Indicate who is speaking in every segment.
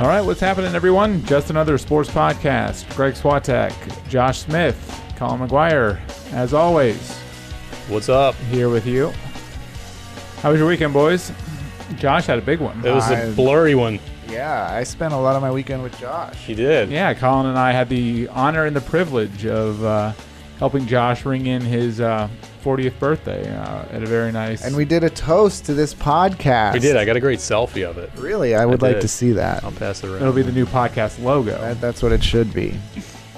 Speaker 1: All right, what's happening, everyone? Just another sports podcast. Greg Swatek, Josh Smith, Colin McGuire, as always,
Speaker 2: What's up?
Speaker 1: here with you. How was your weekend, boys? Josh had a big one.
Speaker 2: It was a
Speaker 3: I'm-
Speaker 2: blurry one.
Speaker 3: Yeah, I spent a lot of my weekend with Josh.
Speaker 2: She did.
Speaker 1: Yeah, Colin and I had the honor and the privilege of uh, helping Josh ring in his uh, 40th birthday uh, at a very nice.
Speaker 3: And we did a toast to this podcast.
Speaker 2: We did. I got a great selfie of it.
Speaker 3: really, I would
Speaker 2: I
Speaker 3: like
Speaker 2: did.
Speaker 3: to see that.
Speaker 2: I'll pass it around.
Speaker 1: it'll be the new podcast logo.
Speaker 3: that. That's what it should be.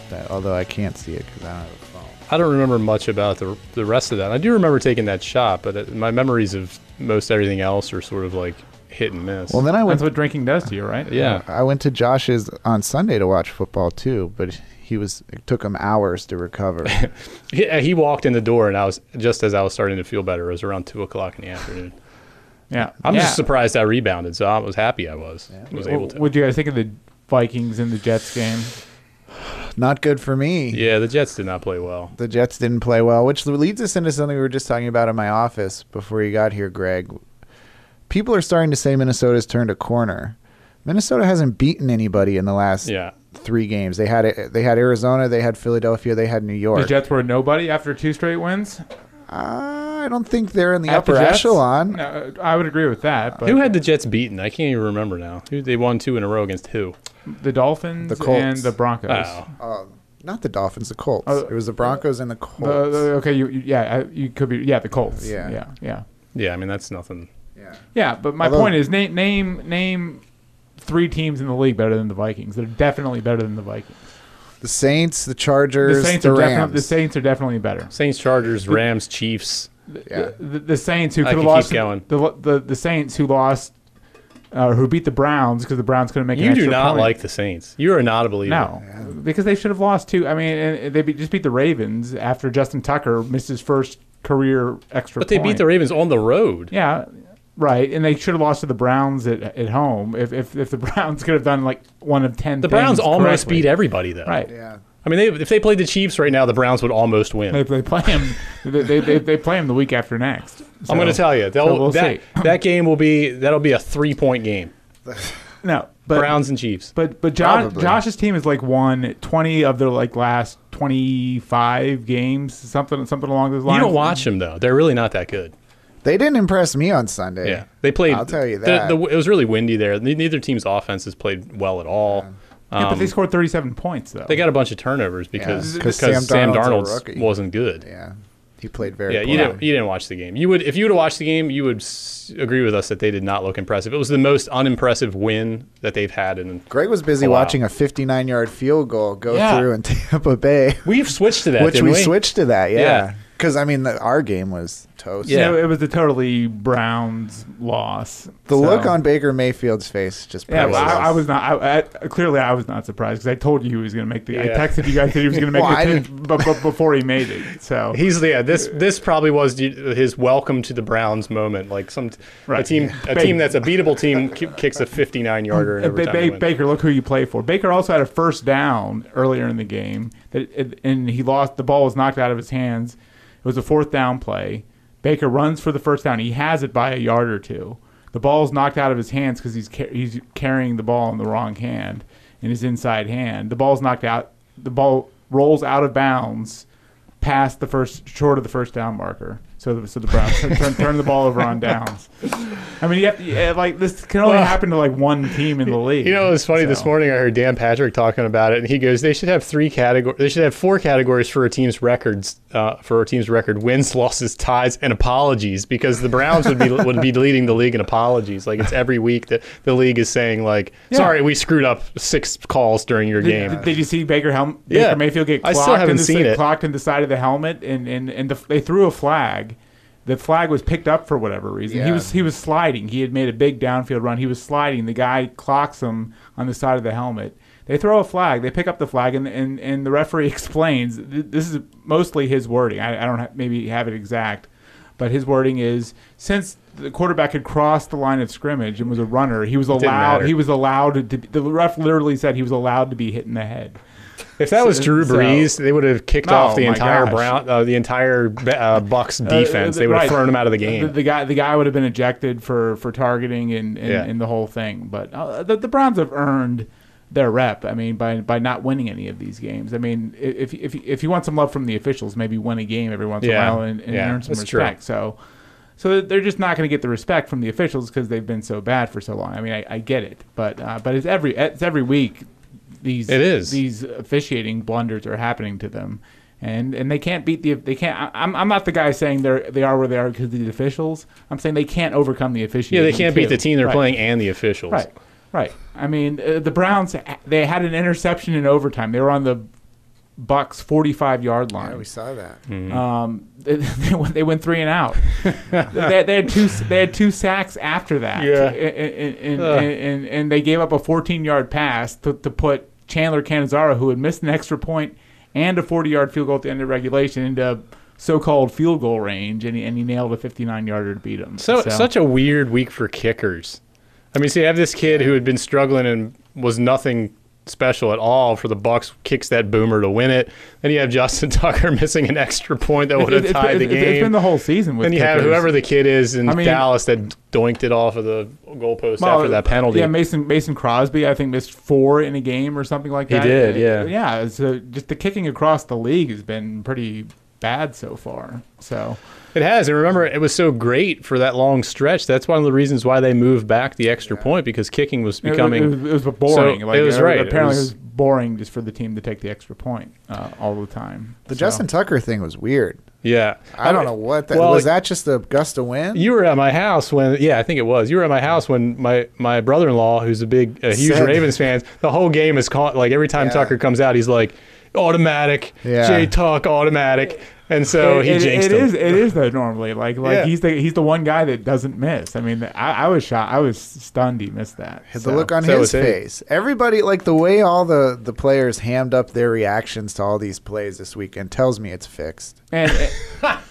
Speaker 3: That, although I can't see it because I don't have a phone.
Speaker 2: I don't remember much about the, the rest of that. I do remember taking that shot, but it, my memories of most everything else are sort of like hit and miss.
Speaker 3: Well, then I
Speaker 1: That's
Speaker 3: went.
Speaker 1: what drinking does to you, right?
Speaker 2: yeah.
Speaker 3: I went to Josh's on Sunday to watch football too, but he was. It took him hours to recover.
Speaker 2: He, he walked in the door, and I was just as I was starting to feel better. It was around two o'clock in the afternoon.
Speaker 1: Yeah.
Speaker 2: I'm
Speaker 1: Yeah.
Speaker 2: just surprised I rebounded, so I was happy I was was able
Speaker 1: What
Speaker 2: to.
Speaker 1: would you guys think of the Vikings and the Jets game?
Speaker 3: Not good for me.
Speaker 2: yeah, the Jets did not play well.
Speaker 3: the Jets didn't play well, which leads us into something we were just talking about in my office before you got here, Greg. People are starting to say Minnesota's turned a corner. Minnesota hasn't beaten anybody in the last
Speaker 2: Yeah,
Speaker 3: three games. They had they had Arizona, they had Philadelphia, they had New
Speaker 1: The
Speaker 3: York.
Speaker 1: Jets were nobody after two straight wins.
Speaker 3: I don't think they're in the
Speaker 1: At the
Speaker 3: upper
Speaker 1: Jets?
Speaker 3: echelon.
Speaker 1: No, I would agree with that. But
Speaker 2: who had the Jets beaten? I can't even remember now. Who they won two in a row against who?
Speaker 1: the Dolphins
Speaker 3: The Colts.
Speaker 1: and the Broncos?
Speaker 2: Oh,
Speaker 3: Uh, Not the Dolphins, the Colts.
Speaker 1: Uh,
Speaker 3: it was the Broncos and the Colts.
Speaker 1: The- the- okay, you, you- yeah, I- you could be yeah the Colts.
Speaker 3: Yeah.
Speaker 1: yeah, yeah,
Speaker 2: yeah. I mean, that's nothing.
Speaker 3: yeah.
Speaker 1: yeah. But my
Speaker 3: Although-
Speaker 1: point is, name name name three teams in the league better than the Vikings. They're definitely better than the Vikings.
Speaker 3: The Saints, the Chargers,
Speaker 1: The
Speaker 3: the,
Speaker 1: Saints are definitely
Speaker 3: Rams.
Speaker 1: the Saints are definitely better.
Speaker 2: Saints, Chargers, Rams, Chiefs.
Speaker 3: yeah.
Speaker 1: The, the Saints who
Speaker 2: I
Speaker 1: could have
Speaker 2: could
Speaker 1: lost
Speaker 2: keep going.
Speaker 1: The, the the Saints who lost uh, who beat the Browns because the Browns couldn't make an
Speaker 2: You do
Speaker 1: extra
Speaker 2: not
Speaker 1: point.
Speaker 2: like the Saints. You are not a believer.
Speaker 1: No, because they should have lost too. I mean, and they be, just beat the Ravens after Justin Tucker missed his first career extra.
Speaker 2: But they beat
Speaker 1: point.
Speaker 2: the Ravens on the road.
Speaker 1: Yeah, right. And they should have lost to the Browns at, at home if, if if the Browns could have done like one of ten.
Speaker 2: The Browns
Speaker 1: things
Speaker 2: almost
Speaker 1: correctly.
Speaker 2: beat everybody, though.
Speaker 1: Right.
Speaker 3: yeah.
Speaker 2: I mean, they, if they played the Chiefs right now, the Browns would almost win.
Speaker 1: They, they play him. they, they, they, they play him the week after next.
Speaker 2: I'm going to
Speaker 1: So-
Speaker 2: tell you, they'll,
Speaker 1: so we'll
Speaker 2: that
Speaker 1: see.
Speaker 2: that game will be that'll be a three point game.
Speaker 1: No, but
Speaker 2: Browns and Chiefs.
Speaker 1: But but Josh,
Speaker 3: Probably.
Speaker 1: Josh's team has like won twenty of their like last twenty five games, something something along those lines.
Speaker 2: You don't watch them though; they're really not that good.
Speaker 3: They didn't impress me on Sunday.
Speaker 2: Yeah, they played.
Speaker 3: I'll tell you
Speaker 2: the-
Speaker 3: that.
Speaker 2: the- it was really windy there. Ne- Neither team's offenses played well at all.
Speaker 1: Yeah, but
Speaker 2: Um,
Speaker 1: they
Speaker 2: they,
Speaker 1: scored thirty seven points though.
Speaker 2: got a bunch of turnovers because,
Speaker 3: Yeah, 'cause
Speaker 2: because
Speaker 3: Sam
Speaker 2: Sam,
Speaker 3: Darnold's a
Speaker 2: Darnold
Speaker 3: rookie.
Speaker 2: wasn't good.
Speaker 3: Yeah. He played very
Speaker 2: Yeah, you
Speaker 3: poorly.
Speaker 2: didn't, you didn't watch the game. You would if you would have watched the game, you would s- agree with us that they did not look impressive. It was the most unimpressive win that they've had in.
Speaker 3: Greg was busy
Speaker 2: Wow.
Speaker 3: watching a 59 yard field goal go
Speaker 2: Yeah.
Speaker 3: through in Tampa Bay,
Speaker 2: We've switched to that,
Speaker 3: which
Speaker 2: didn't
Speaker 3: we switched to that.
Speaker 2: Yeah.
Speaker 3: Yeah. Because, I mean, the, our game was toast.
Speaker 1: You
Speaker 2: Yeah.
Speaker 1: know, it was a totally Browns loss.
Speaker 3: The
Speaker 1: So-
Speaker 3: look on Baker Mayfield's face just
Speaker 1: Yeah, well,
Speaker 3: priceless.
Speaker 1: I, I was not. I, I, clearly, I was not surprised because I told you he was going to make the. I
Speaker 2: Yeah.
Speaker 1: texted you guys that he was going to make
Speaker 3: Well, I
Speaker 1: the pitch, but, but before he made it, so
Speaker 2: He's yeah. This this probably was his welcome to the Browns moment. Like some a
Speaker 1: Right.
Speaker 2: team a
Speaker 1: Ba-
Speaker 2: team that's a beatable team ki- kicks a 59 yarder in
Speaker 1: Uh, Ba-
Speaker 2: overtime.
Speaker 1: Ba-
Speaker 2: to win.
Speaker 1: Baker, look who you play for. Baker also had a first down earlier in the game, that, and he lost. The ball was knocked out of his hands. It was a fourth down play. Baker runs for the first down. He has it by a yard or two. The ball's knocked out of his hands because he's car- he's carrying the ball in the wrong hand, in his inside hand. The ball's knocked out. The ball rolls out of bounds, past the first short of the first down marker. So the, so the Browns turn, turn, turn the ball over on downs. I mean, you have to, yeah, like this can only
Speaker 2: Well-
Speaker 1: happen to like one team in the league.
Speaker 2: You know, it was funny this
Speaker 1: So-
Speaker 2: morning. I heard Dan Patrick talking about it, and he goes, "They should have three categories. They should have four categories for a team's records, uh, for a team's record: wins, losses, ties, and apologies. Because the Browns would be would be leading the league in apologies. Like it's every week that the league is saying, like,
Speaker 1: Yeah.
Speaker 2: sorry, we screwed up six calls during your
Speaker 1: Did,
Speaker 2: game.
Speaker 1: did- did you see Baker, Helm- Baker
Speaker 2: Yeah.
Speaker 1: Mayfield get
Speaker 2: I
Speaker 1: clocked,
Speaker 2: still
Speaker 1: in
Speaker 2: haven't
Speaker 1: the,
Speaker 2: seen it.
Speaker 1: clocked in the side of the helmet, and and, and the, they threw a flag. The flag was picked up for whatever reason. He
Speaker 3: Yeah.
Speaker 1: was he was sliding. He had made a big downfield run. He was sliding. The guy clocks him on the side of the helmet. They throw a flag. They pick up the flag, and and, and the referee explains. th- This is mostly his wording. I, I don't ha- maybe have it exact, but his wording is since the quarterback had crossed the line of scrimmage and was a runner, he was allowed.
Speaker 2: matter.
Speaker 1: He was allowed to. The ref literally said he was allowed to be hit in the head.
Speaker 2: If that was
Speaker 1: So-
Speaker 2: Drew
Speaker 1: so-
Speaker 2: Brees, they would have kicked
Speaker 1: Oh,
Speaker 2: off the
Speaker 1: my
Speaker 2: entire
Speaker 1: gosh.
Speaker 2: Brown, uh, the entire uh, Bucks defense.
Speaker 1: Uh,
Speaker 2: they would have
Speaker 1: right.
Speaker 2: thrown him out of the game.
Speaker 1: The, the guy, the guy would have been ejected for for targeting and and,
Speaker 2: Yeah.
Speaker 1: and the whole thing. But uh, the, the Browns have earned their rep. I mean, by by not winning any of these games. I mean, i- if if if you want some love from the officials, maybe win a game every once
Speaker 2: Yeah.
Speaker 1: in a while and, and
Speaker 2: Yeah,
Speaker 1: earn some
Speaker 2: that's true.
Speaker 1: respect. So. So they're just not going to get the respect from the officials because they've been so bad for so long. I mean, I, I get it, but uh, but it's every it's every week these
Speaker 2: It is.
Speaker 1: these officiating blunders are happening to them, and and they can't beat the they can't. I- I'm, I'm not the guy saying they're they are where they are because of the officials. I'm saying they can't overcome the
Speaker 2: yeah,
Speaker 1: officiating.
Speaker 2: they can't beat
Speaker 1: too.
Speaker 2: the team they're
Speaker 1: Right.
Speaker 2: playing and the officials.
Speaker 1: Right, right. I mean, uh, the Browns they had an interception in overtime. They were on the Bucks 45 yard line.
Speaker 3: Yeah, we saw that.
Speaker 2: Mm.
Speaker 1: Um, they, they went, they went three and out. they, they had two. They had two sacks after that.
Speaker 2: Yeah.
Speaker 1: And, and,
Speaker 2: Ugh.
Speaker 1: and, and, and they gave up a 14-yard pass to, to put Chandler Canizaro, who had missed an extra point and a 40-yard field goal at the end of regulation, into so-called field goal range, and he, and he nailed a 59-yarder to beat him.
Speaker 2: So, such a weird week for kickers. I mean, so you have this kid who had been struggling and was nothing special at all for the Bucks, kicks that boomer to win it. Then you have Justin Tucker missing an extra point that would have
Speaker 1: It's- it's-
Speaker 2: tied the
Speaker 1: it's-
Speaker 2: game.
Speaker 1: It's been the whole season with
Speaker 2: then you have
Speaker 1: kickers.
Speaker 2: whoever the kid is in
Speaker 1: I mean-
Speaker 2: Dallas that doinked it off of the goalpost after that penalty.
Speaker 1: Yeah, Mason Mason Crosby, I think missed four in a game or something like
Speaker 2: He
Speaker 1: that.
Speaker 2: did, yeah.
Speaker 1: yeah. So just the kicking across the league has been pretty bad so far. So
Speaker 2: It has, and remember, it was so great for that long stretch. That's one of the reasons why they moved back the extra point because kicking was becoming.
Speaker 1: it, was, it was boring.
Speaker 2: So,
Speaker 1: like,
Speaker 2: it was right. It
Speaker 1: Apparently, it was,
Speaker 2: was-
Speaker 1: boring just for the team to take the extra point uh, all the time.
Speaker 3: The
Speaker 1: So-
Speaker 3: Justin Tucker thing was weird.
Speaker 2: yeah,
Speaker 3: I don't know what that
Speaker 2: Well,
Speaker 3: was. That just a gust of wind.
Speaker 2: You were at my house when, yeah, I think it was. You were at my house when my my brother in law, who's a big, a huge
Speaker 3: Said-
Speaker 2: Ravens fan, the whole game is caught. Like every time
Speaker 3: Yeah.
Speaker 2: Tucker comes out, he's like, automatic,
Speaker 3: Yeah.
Speaker 2: Jay Tuck, automatic, and so
Speaker 1: It-
Speaker 2: Oh, he
Speaker 1: it-
Speaker 2: jinxed
Speaker 1: it
Speaker 2: him.
Speaker 1: is- It is though. Normally, like like
Speaker 2: Yeah.
Speaker 1: he's the he's the one guy that doesn't miss. I mean, I, I was shot. I was stunned. He missed that.
Speaker 3: Had
Speaker 1: So-
Speaker 3: the look on
Speaker 2: so
Speaker 3: his
Speaker 2: was he.
Speaker 3: face. Everybody, like the way all the the players hammed up their reactions to all these plays this weekend, tells me it's fixed.
Speaker 1: And,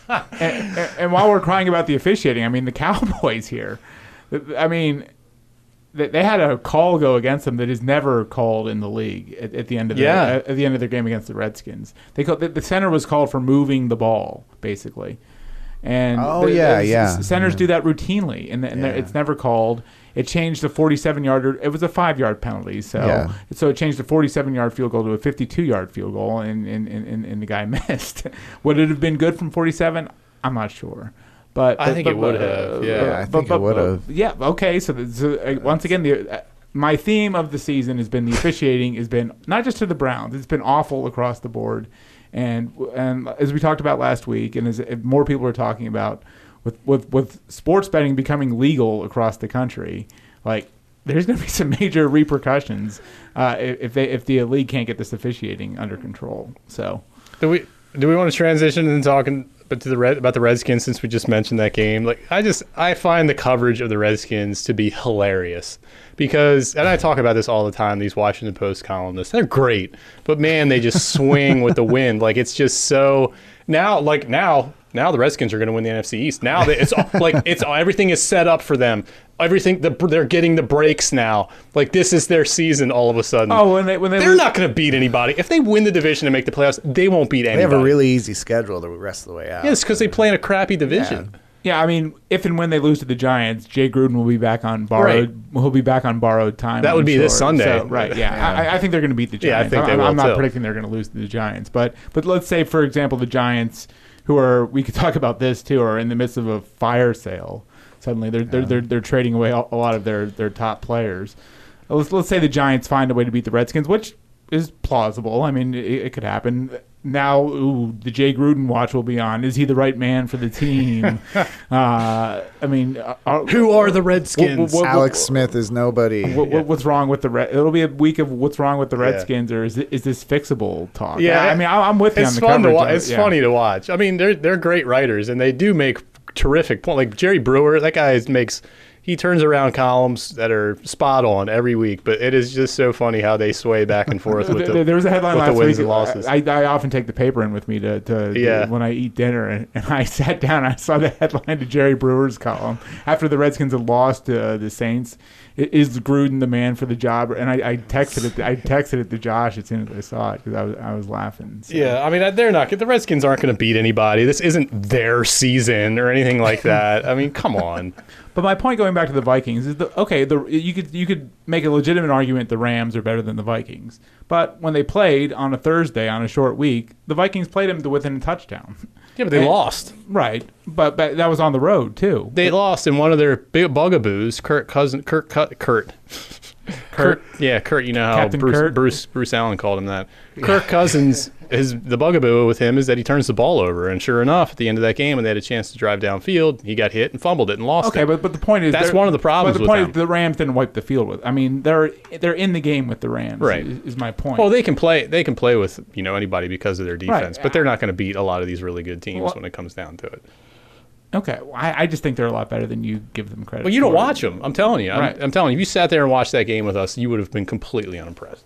Speaker 1: and, and and while we're crying about the officiating, I mean the Cowboys here. I mean, they, they had a call go against them that is never called in the league at, at the end of the,
Speaker 2: Yeah.
Speaker 1: at, at the end of their game against the Redskins. They called, the, the center was called for moving the ball basically. And
Speaker 3: Oh, yeah,
Speaker 1: s-
Speaker 3: yeah.
Speaker 1: s- Centers do that routinely, and, th- and they're-
Speaker 3: Yeah.
Speaker 1: it's never called. It changed the 47 yarder. It was a five yard penalty, so
Speaker 3: Yeah.
Speaker 1: so it changed the 47 yard field goal to a 52 yard field goal, and, and, and, and- and the guy missed. would it have been good from 47? I'm not sure. But
Speaker 2: I
Speaker 1: but-
Speaker 2: think
Speaker 1: but-
Speaker 2: it would
Speaker 1: but- uh,
Speaker 2: have,
Speaker 1: but-
Speaker 2: yeah. Yeah,
Speaker 3: I
Speaker 1: but-
Speaker 3: think it
Speaker 1: but-
Speaker 3: would
Speaker 1: but-
Speaker 3: have.
Speaker 1: Yeah. Okay. So, the, so uh, once again, the uh, my theme of the season has been the officiating has been not just to the Browns. It's been awful across the board, and and as we talked about last week, and as uh, more people are talking about with with with sports betting becoming legal across the country, like. There's going to be some major repercussions uh, i- if they if the league can't get this officiating under control. So
Speaker 2: Do we do we want to transition and talking but to the red about the Redskins since we just mentioned that game? Like I just I find the coverage of the Redskins to be hilarious because and I talk about this all the time. These Washington Post columnists they're great, but man, they just swing with the wind. Like it's just so now like now. Now the Redskins are going to win the NFC East. Now they, it's all, like it's all, everything is set up for them. Everything the, they're getting the breaks now. Like this is their season. All of a sudden,
Speaker 1: oh, when they when they
Speaker 2: they're
Speaker 1: lose-
Speaker 2: not going to beat anybody. If they win the division and make the playoffs, they won't beat
Speaker 3: They
Speaker 2: anybody.
Speaker 3: have a really easy schedule the rest of the way out.
Speaker 2: yeah, it's because they play in a crappy division.
Speaker 1: Yeah, I mean, if and when they lose to the Giants, Jay Gruden will be back on borrowed. He'll be back on borrowed time.
Speaker 2: That would
Speaker 1: I'm
Speaker 2: be this Sunday.
Speaker 1: So, right? Yeah, I, I think they're going to beat the Giants.
Speaker 2: Yeah, I think
Speaker 1: I'm,
Speaker 2: they
Speaker 1: I'm-
Speaker 2: will,
Speaker 1: I'm not
Speaker 2: too.
Speaker 1: predicting they're going to lose to the Giants, but but let's say, for example, the Giants, who are we could talk about this too, are in the midst of a fire sale. Suddenly, they're they're they're, they're trading away a a lot of their their top players. Let's let's say the Giants find a way to beat the Redskins, which is plausible. I mean, it, it could happen. Now, ooh, the Jay Gruden watch will be on. Is he the right man for the team? uh, I mean, uh, are,
Speaker 2: Who are the Redskins?
Speaker 1: Wha- wha-
Speaker 3: Alex Smith is nobody.
Speaker 1: what, what, what's wrong with the Red? It'll be a week of what's wrong with the Redskins, or is it, is this fixable talk?
Speaker 2: Yeah,
Speaker 1: I mean, I, I'm with you on
Speaker 2: It's
Speaker 1: the
Speaker 2: fun to
Speaker 1: coverage.
Speaker 2: wa-
Speaker 1: of it,
Speaker 2: It's
Speaker 1: yeah.
Speaker 2: funny to watch. I mean, they're they're great writers and they do make terrific point. Like Jerry Brewer, that guy is- makes. he- he turns around columns that are spot on every week. But it is just so funny how they sway back and forth with
Speaker 1: There-
Speaker 2: the.
Speaker 1: there was a headline
Speaker 2: with the
Speaker 1: last
Speaker 2: wins
Speaker 1: week.
Speaker 2: and losses.
Speaker 1: I, I often take the paper in with me to, to
Speaker 2: Yeah.
Speaker 1: when I eat dinner, and, and I sat down. I saw the headline to Jerry Brewer's column after the Redskins had lost to uh, the Saints. I- Is Gruden the man for the job? And I, I texted it. I texted it to Josh as soon as I saw it because I was I was laughing. So.
Speaker 2: yeah, I mean they're not. The Redskins aren't going to beat anybody. This isn't their season or anything like that. I mean, come on.
Speaker 1: But my point going back to the Vikings is the okay, the you could you could make a legitimate argument the Rams are better than the Vikings. But when they played on a Thursday on a short week, the Vikings played them to within a touchdown.
Speaker 2: Yeah, but they
Speaker 1: And-
Speaker 2: lost.
Speaker 1: Right. But, but that was on the road too.
Speaker 2: They lost in one of their big bugaboos. Kurt cousin, Kurt, Kurt, Kurt, Kurt. Yeah, Kurt. You know how
Speaker 1: Captain
Speaker 2: Bruce,
Speaker 1: Kurt.
Speaker 2: Bruce Bruce Allen called him that. Kirk Cousins. His the bugaboo with him is that he turns the ball over, and sure enough, at the end of that game, when they had a chance to drive downfield, he got hit and fumbled it and lost
Speaker 1: Okay,
Speaker 2: it.
Speaker 1: but, but the point is
Speaker 2: That's
Speaker 1: they're-
Speaker 2: one of the problems
Speaker 1: But the
Speaker 2: with
Speaker 1: point
Speaker 2: them.
Speaker 1: is the Rams didn't wipe the field with. I mean, they're they're in the game with the Rams.
Speaker 2: Right.
Speaker 1: Is, is my point.
Speaker 2: well, they can play. They can play with you know anybody because of their defense,
Speaker 1: Right.
Speaker 2: but they're not going to beat a lot of these really good teams
Speaker 1: Well-
Speaker 2: when it comes down to it.
Speaker 1: okay. Well, I, I just think they're a lot better than you give them credit.
Speaker 2: But you don't
Speaker 1: for.
Speaker 2: watch them. I'm telling you. I'm,
Speaker 1: Right.
Speaker 2: I'm telling you. If you sat there and watched that game with us, you would have been completely unimpressed.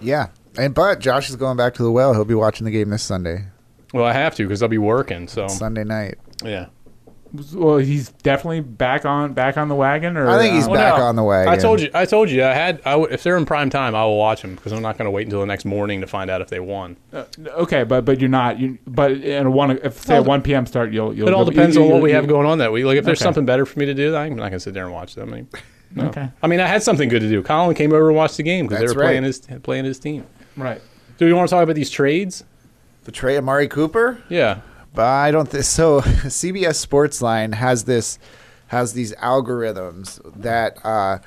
Speaker 3: Yeah. And but Josh is going back to the well. He'll be watching the game this Sunday,
Speaker 2: Well, I have to because I'll be working. So
Speaker 3: Sunday night.
Speaker 2: yeah.
Speaker 1: Well, he's definitely back on back on the wagon. Or
Speaker 3: I think he's
Speaker 1: uh,
Speaker 3: back on the wagon.
Speaker 2: Oh, I told you. I told you. I had. I w- if they're in prime time, I will watch them because I'm not going to wait until the next morning to find out if they won.
Speaker 1: Uh, Okay, but but you're not. You but in a one if say
Speaker 2: Well,
Speaker 1: a one p.m. start, you'll you'll.
Speaker 2: It all
Speaker 1: you'll-
Speaker 2: depends
Speaker 1: you-
Speaker 2: on what
Speaker 1: you-
Speaker 2: we
Speaker 1: you-
Speaker 2: have going on that week. Like if there's
Speaker 1: Okay.
Speaker 2: something better for me to do, I'm not going to sit there and watch them. I mean, no.
Speaker 1: Okay.
Speaker 2: I mean, I had something good to do. Colin came over and watched the game because they
Speaker 3: That's
Speaker 2: were playing
Speaker 3: right.
Speaker 2: his playing his team.
Speaker 1: Right.
Speaker 2: Do we want to talk about these trades?
Speaker 3: the Trey Amari Cooper.
Speaker 2: Yeah.
Speaker 3: But I don't think so. CBS Sportsline has this has these algorithms that uh,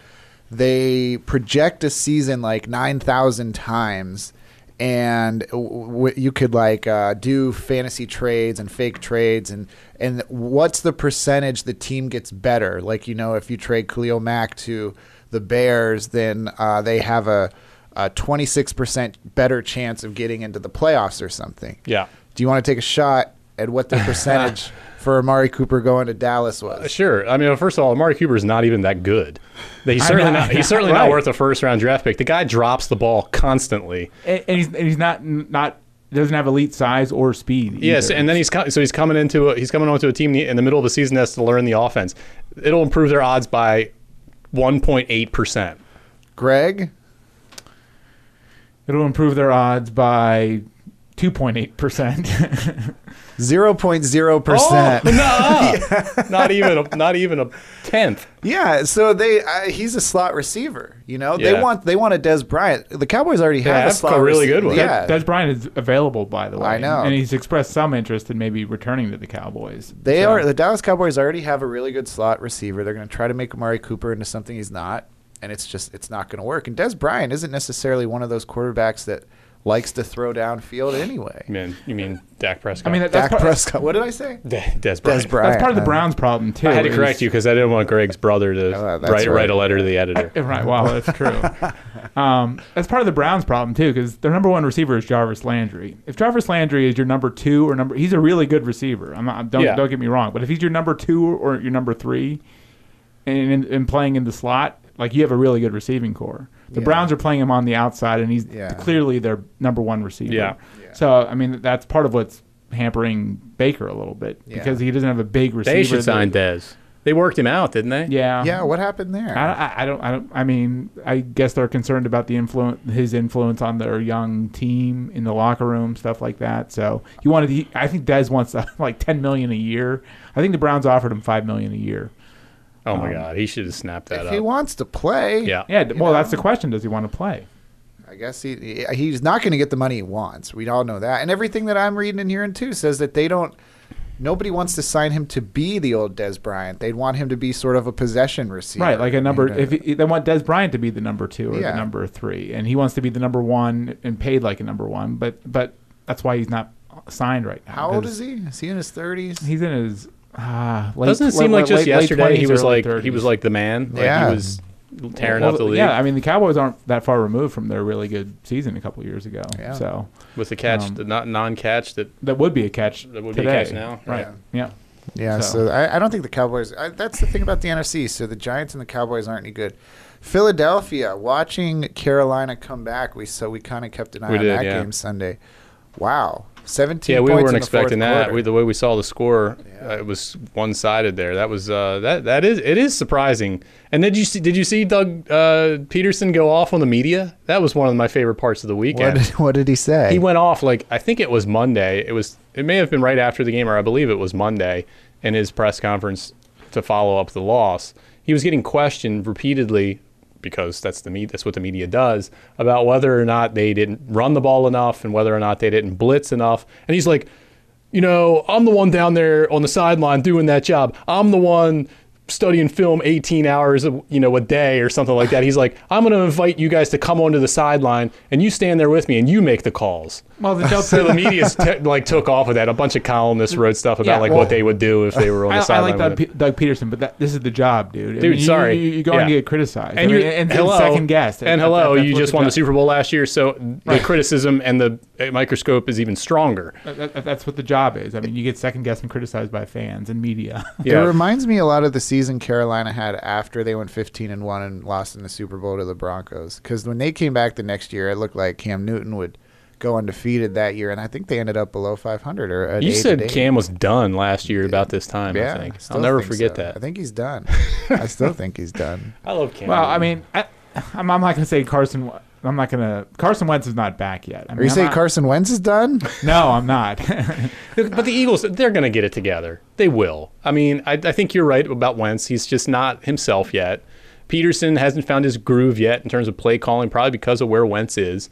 Speaker 3: they project a season like nine thousand times, and w- w- you could like uh, do fantasy trades and fake trades and and what's the percentage the team gets better? Like you know, if you trade Khalil Mack to the Bears, then uh, they have a a 26% better chance of getting into the playoffs or something.
Speaker 2: Yeah.
Speaker 3: Do you want to take a shot at what the percentage for Amari Cooper going to Dallas was?
Speaker 2: Sure. I mean, first of all, Amari Cooper is not even that good. He's certainly
Speaker 1: not-
Speaker 2: not. He's certainly not
Speaker 1: Right.
Speaker 2: worth a first round draft pick. The guy drops the ball constantly.
Speaker 1: And, and he's and he's not not doesn't have elite size or speed.
Speaker 2: Yes,
Speaker 1: either.
Speaker 2: and then he's co- so he's coming into a, he's coming onto a team in the middle of the season that has to learn the offense. It'll improve their odds by 1.8 percent.
Speaker 3: Greg,
Speaker 1: it'll improve their odds by two point eight percent.
Speaker 2: Oh,
Speaker 3: 0.0%.
Speaker 2: not even a, not even a tenth.
Speaker 3: Yeah, so they uh, he's a slot receiver, you know?
Speaker 2: Yeah.
Speaker 3: They want they want a Des Bryant. The Cowboys already have
Speaker 2: have
Speaker 3: a slot
Speaker 2: a really
Speaker 3: receiver.
Speaker 2: good one.
Speaker 3: Yeah.
Speaker 1: Des Bryant is available, by the way.
Speaker 3: I know.
Speaker 1: and he's expressed some interest in maybe returning to the Cowboys.
Speaker 3: they
Speaker 1: So-
Speaker 3: are the Dallas Cowboys already have a really good slot receiver. They're going to try to make Amari Cooper into something he's not, and it's just it's not going to work. And Des Bryant isn't necessarily one of those quarterbacks that likes to throw downfield anyway.
Speaker 2: You mean you mean Dak Prescott?
Speaker 1: I mean, that, that's
Speaker 3: Dak
Speaker 1: part,
Speaker 3: Prescott. What did I say?
Speaker 2: Des, Des Bryant.
Speaker 3: Des Bryant.
Speaker 1: that's part of the
Speaker 3: Uh,
Speaker 1: Browns' problem too.
Speaker 2: I had to
Speaker 1: is-
Speaker 2: correct you because I didn't want Greg's brother to
Speaker 3: Oh, that's
Speaker 2: write
Speaker 3: right.
Speaker 2: write a letter to the editor.
Speaker 1: Right. Wow, that's true. um, that's part of the Browns' problem too, because their number one receiver is Jarvis Landry. If Jarvis Landry is your number two or number, he's a really good receiver. I'm not. Don't
Speaker 2: Yeah.
Speaker 1: don't get me wrong, but if he's your number two or your number three, and and, and playing in the slot, like you have a really good receiving core. The
Speaker 3: Yeah.
Speaker 1: Browns are playing him on the outside, and he's
Speaker 3: Yeah.
Speaker 1: clearly their number one receiver.
Speaker 2: Yeah.
Speaker 1: So I mean, that's part of what's hampering Baker a little bit
Speaker 3: Yeah.
Speaker 1: because he doesn't have a big receiver.
Speaker 2: They should
Speaker 1: that-
Speaker 2: sign Des. They worked him out, didn't they?
Speaker 1: Yeah.
Speaker 3: Yeah, what happened there?
Speaker 1: I, I- I don't. I don't. I mean, I guess they're concerned about the influence, his influence on their young team in the locker room, stuff like that. So he wanted. He, I think Dez wants uh, like ten million a year. I think the Browns offered him five million a year.
Speaker 2: Oh my God, he should have snapped that
Speaker 3: if
Speaker 2: up.
Speaker 3: he wants to play,
Speaker 2: yeah.
Speaker 1: Yeah. d-
Speaker 3: You
Speaker 1: well,
Speaker 3: know.
Speaker 1: that's the question. Does he want to play?
Speaker 3: I guess he he's not going to get the money he wants. We all know that, and everything that I'm reading and hearing too says that they don't. Nobody wants to sign him to be the old Des Bryant. They'd want him to be sort of a possession receiver,
Speaker 1: Right. Like a number.
Speaker 3: And, uh,
Speaker 1: If he, they want Des Bryant to be the number two or
Speaker 3: Yeah.
Speaker 1: the number three, and he wants to be the number one and paid like a number one, but but that's why he's not signed right now.
Speaker 3: how old
Speaker 1: 'cause
Speaker 3: is he? Is he in his thirties?
Speaker 1: He's in his. Uh, late,
Speaker 2: Doesn't it seem
Speaker 1: late-
Speaker 2: like just
Speaker 1: late- late
Speaker 2: yesterday he
Speaker 1: 20s,
Speaker 2: was
Speaker 1: early
Speaker 2: like he
Speaker 1: 30s?
Speaker 2: was like the man? Like
Speaker 3: Yeah.
Speaker 2: he was tearing
Speaker 1: Well,
Speaker 2: up the league
Speaker 1: Yeah, I mean the Cowboys aren't that far removed from their really good season a couple years ago.
Speaker 3: Yeah.
Speaker 1: So
Speaker 2: with the catch,
Speaker 1: Um,
Speaker 2: the not non catch that
Speaker 1: that would be a catch.
Speaker 2: That would be a
Speaker 1: today.
Speaker 2: catch now,
Speaker 1: right?
Speaker 3: right.
Speaker 1: Yeah.
Speaker 3: Yeah, so,
Speaker 1: So-
Speaker 3: I, I don't think the Cowboys. I, that's the thing about the NFC. So the Giants and the Cowboys aren't any good. Philadelphia watching Carolina come back. We so we kind of kept an eye
Speaker 2: We
Speaker 3: on
Speaker 2: did,
Speaker 3: that
Speaker 2: yeah.
Speaker 3: game Sunday. Wow, seventeen.
Speaker 2: Yeah, we
Speaker 3: points in
Speaker 2: weren't
Speaker 3: the
Speaker 2: expecting
Speaker 3: fourth
Speaker 2: that.
Speaker 3: quarter.
Speaker 2: We, the way we saw the score, uh, it was one sided there. That was uh, that that is it is surprising. And did you see did you see Doug uh, Peterson go off on the media? That was one of my favorite parts of the
Speaker 3: what,
Speaker 2: weekend.
Speaker 3: did, what did he say?
Speaker 2: he went off like I think it was Monday. It was it may have been right after the game, or I believe it was Monday in his press conference to follow up the loss. He was getting questioned repeatedly because that's the me that's what the media does about whether or not they didn't run the ball enough and whether or not they didn't blitz enough. And he's like, you know, I'm the one down there on the sideline doing that job. I'm the one studying film 18 hours, a- you know, a day or something like that. He's like, I'm going to invite you guys to come onto the sideline and you stand there with me and you make the calls.
Speaker 1: Well, the Delta
Speaker 2: So the media t- like took off of that. A bunch of columnists wrote stuff about
Speaker 1: Yeah,
Speaker 2: like
Speaker 1: well-
Speaker 2: what they would do if they were on
Speaker 1: I,
Speaker 2: the
Speaker 1: I
Speaker 2: sideline.
Speaker 1: like Doug,
Speaker 2: with it.
Speaker 1: Pe- Doug Peterson, but that, this is the job, dude. I
Speaker 2: Dude,
Speaker 1: mean, you-
Speaker 2: sorry.
Speaker 1: you, you go and
Speaker 2: Yeah.
Speaker 1: get criticized,
Speaker 2: and
Speaker 1: I
Speaker 2: you
Speaker 1: mean, and,
Speaker 2: hello,
Speaker 1: second guessed.
Speaker 2: And
Speaker 1: That-
Speaker 2: hello,
Speaker 1: that-
Speaker 2: you
Speaker 1: that's
Speaker 2: just
Speaker 1: what
Speaker 2: won the
Speaker 1: job-
Speaker 2: Super Bowl last year, so the criticism and the uh, microscope is even stronger.
Speaker 1: that- that- that's what the job is. I mean, you get second guessed and criticized by fans and media.
Speaker 3: It
Speaker 2: Yeah,
Speaker 3: reminds me a lot of the season Carolina had after they went 15 and 1 and lost in the Super Bowl to the Broncos. Because when they came back the next year, it looked like Cam Newton would go undefeated that year. And I think they ended up below 500 or at
Speaker 2: you
Speaker 3: eight
Speaker 2: said
Speaker 3: and eight.
Speaker 2: Cam was done last year about this time. I think I'll
Speaker 3: still
Speaker 2: never
Speaker 3: think
Speaker 2: forget
Speaker 3: so.
Speaker 2: that.
Speaker 3: I think he's done. I still think he's done.
Speaker 2: I love Cam.
Speaker 1: well, I mean, I, I'm, I'm not going to say Carson. Wa- I'm not going to. Carson Wentz is not back yet. I
Speaker 3: Are you
Speaker 1: I'm
Speaker 3: saying
Speaker 1: not-
Speaker 3: Carson Wentz is done?
Speaker 1: No, I'm not.
Speaker 2: but the Eagles, they're going to get it together. They will. I mean, I, I think you're right about Wentz. He's just not himself yet. Peterson hasn't found his groove yet in terms of play calling, probably because of where Wentz is.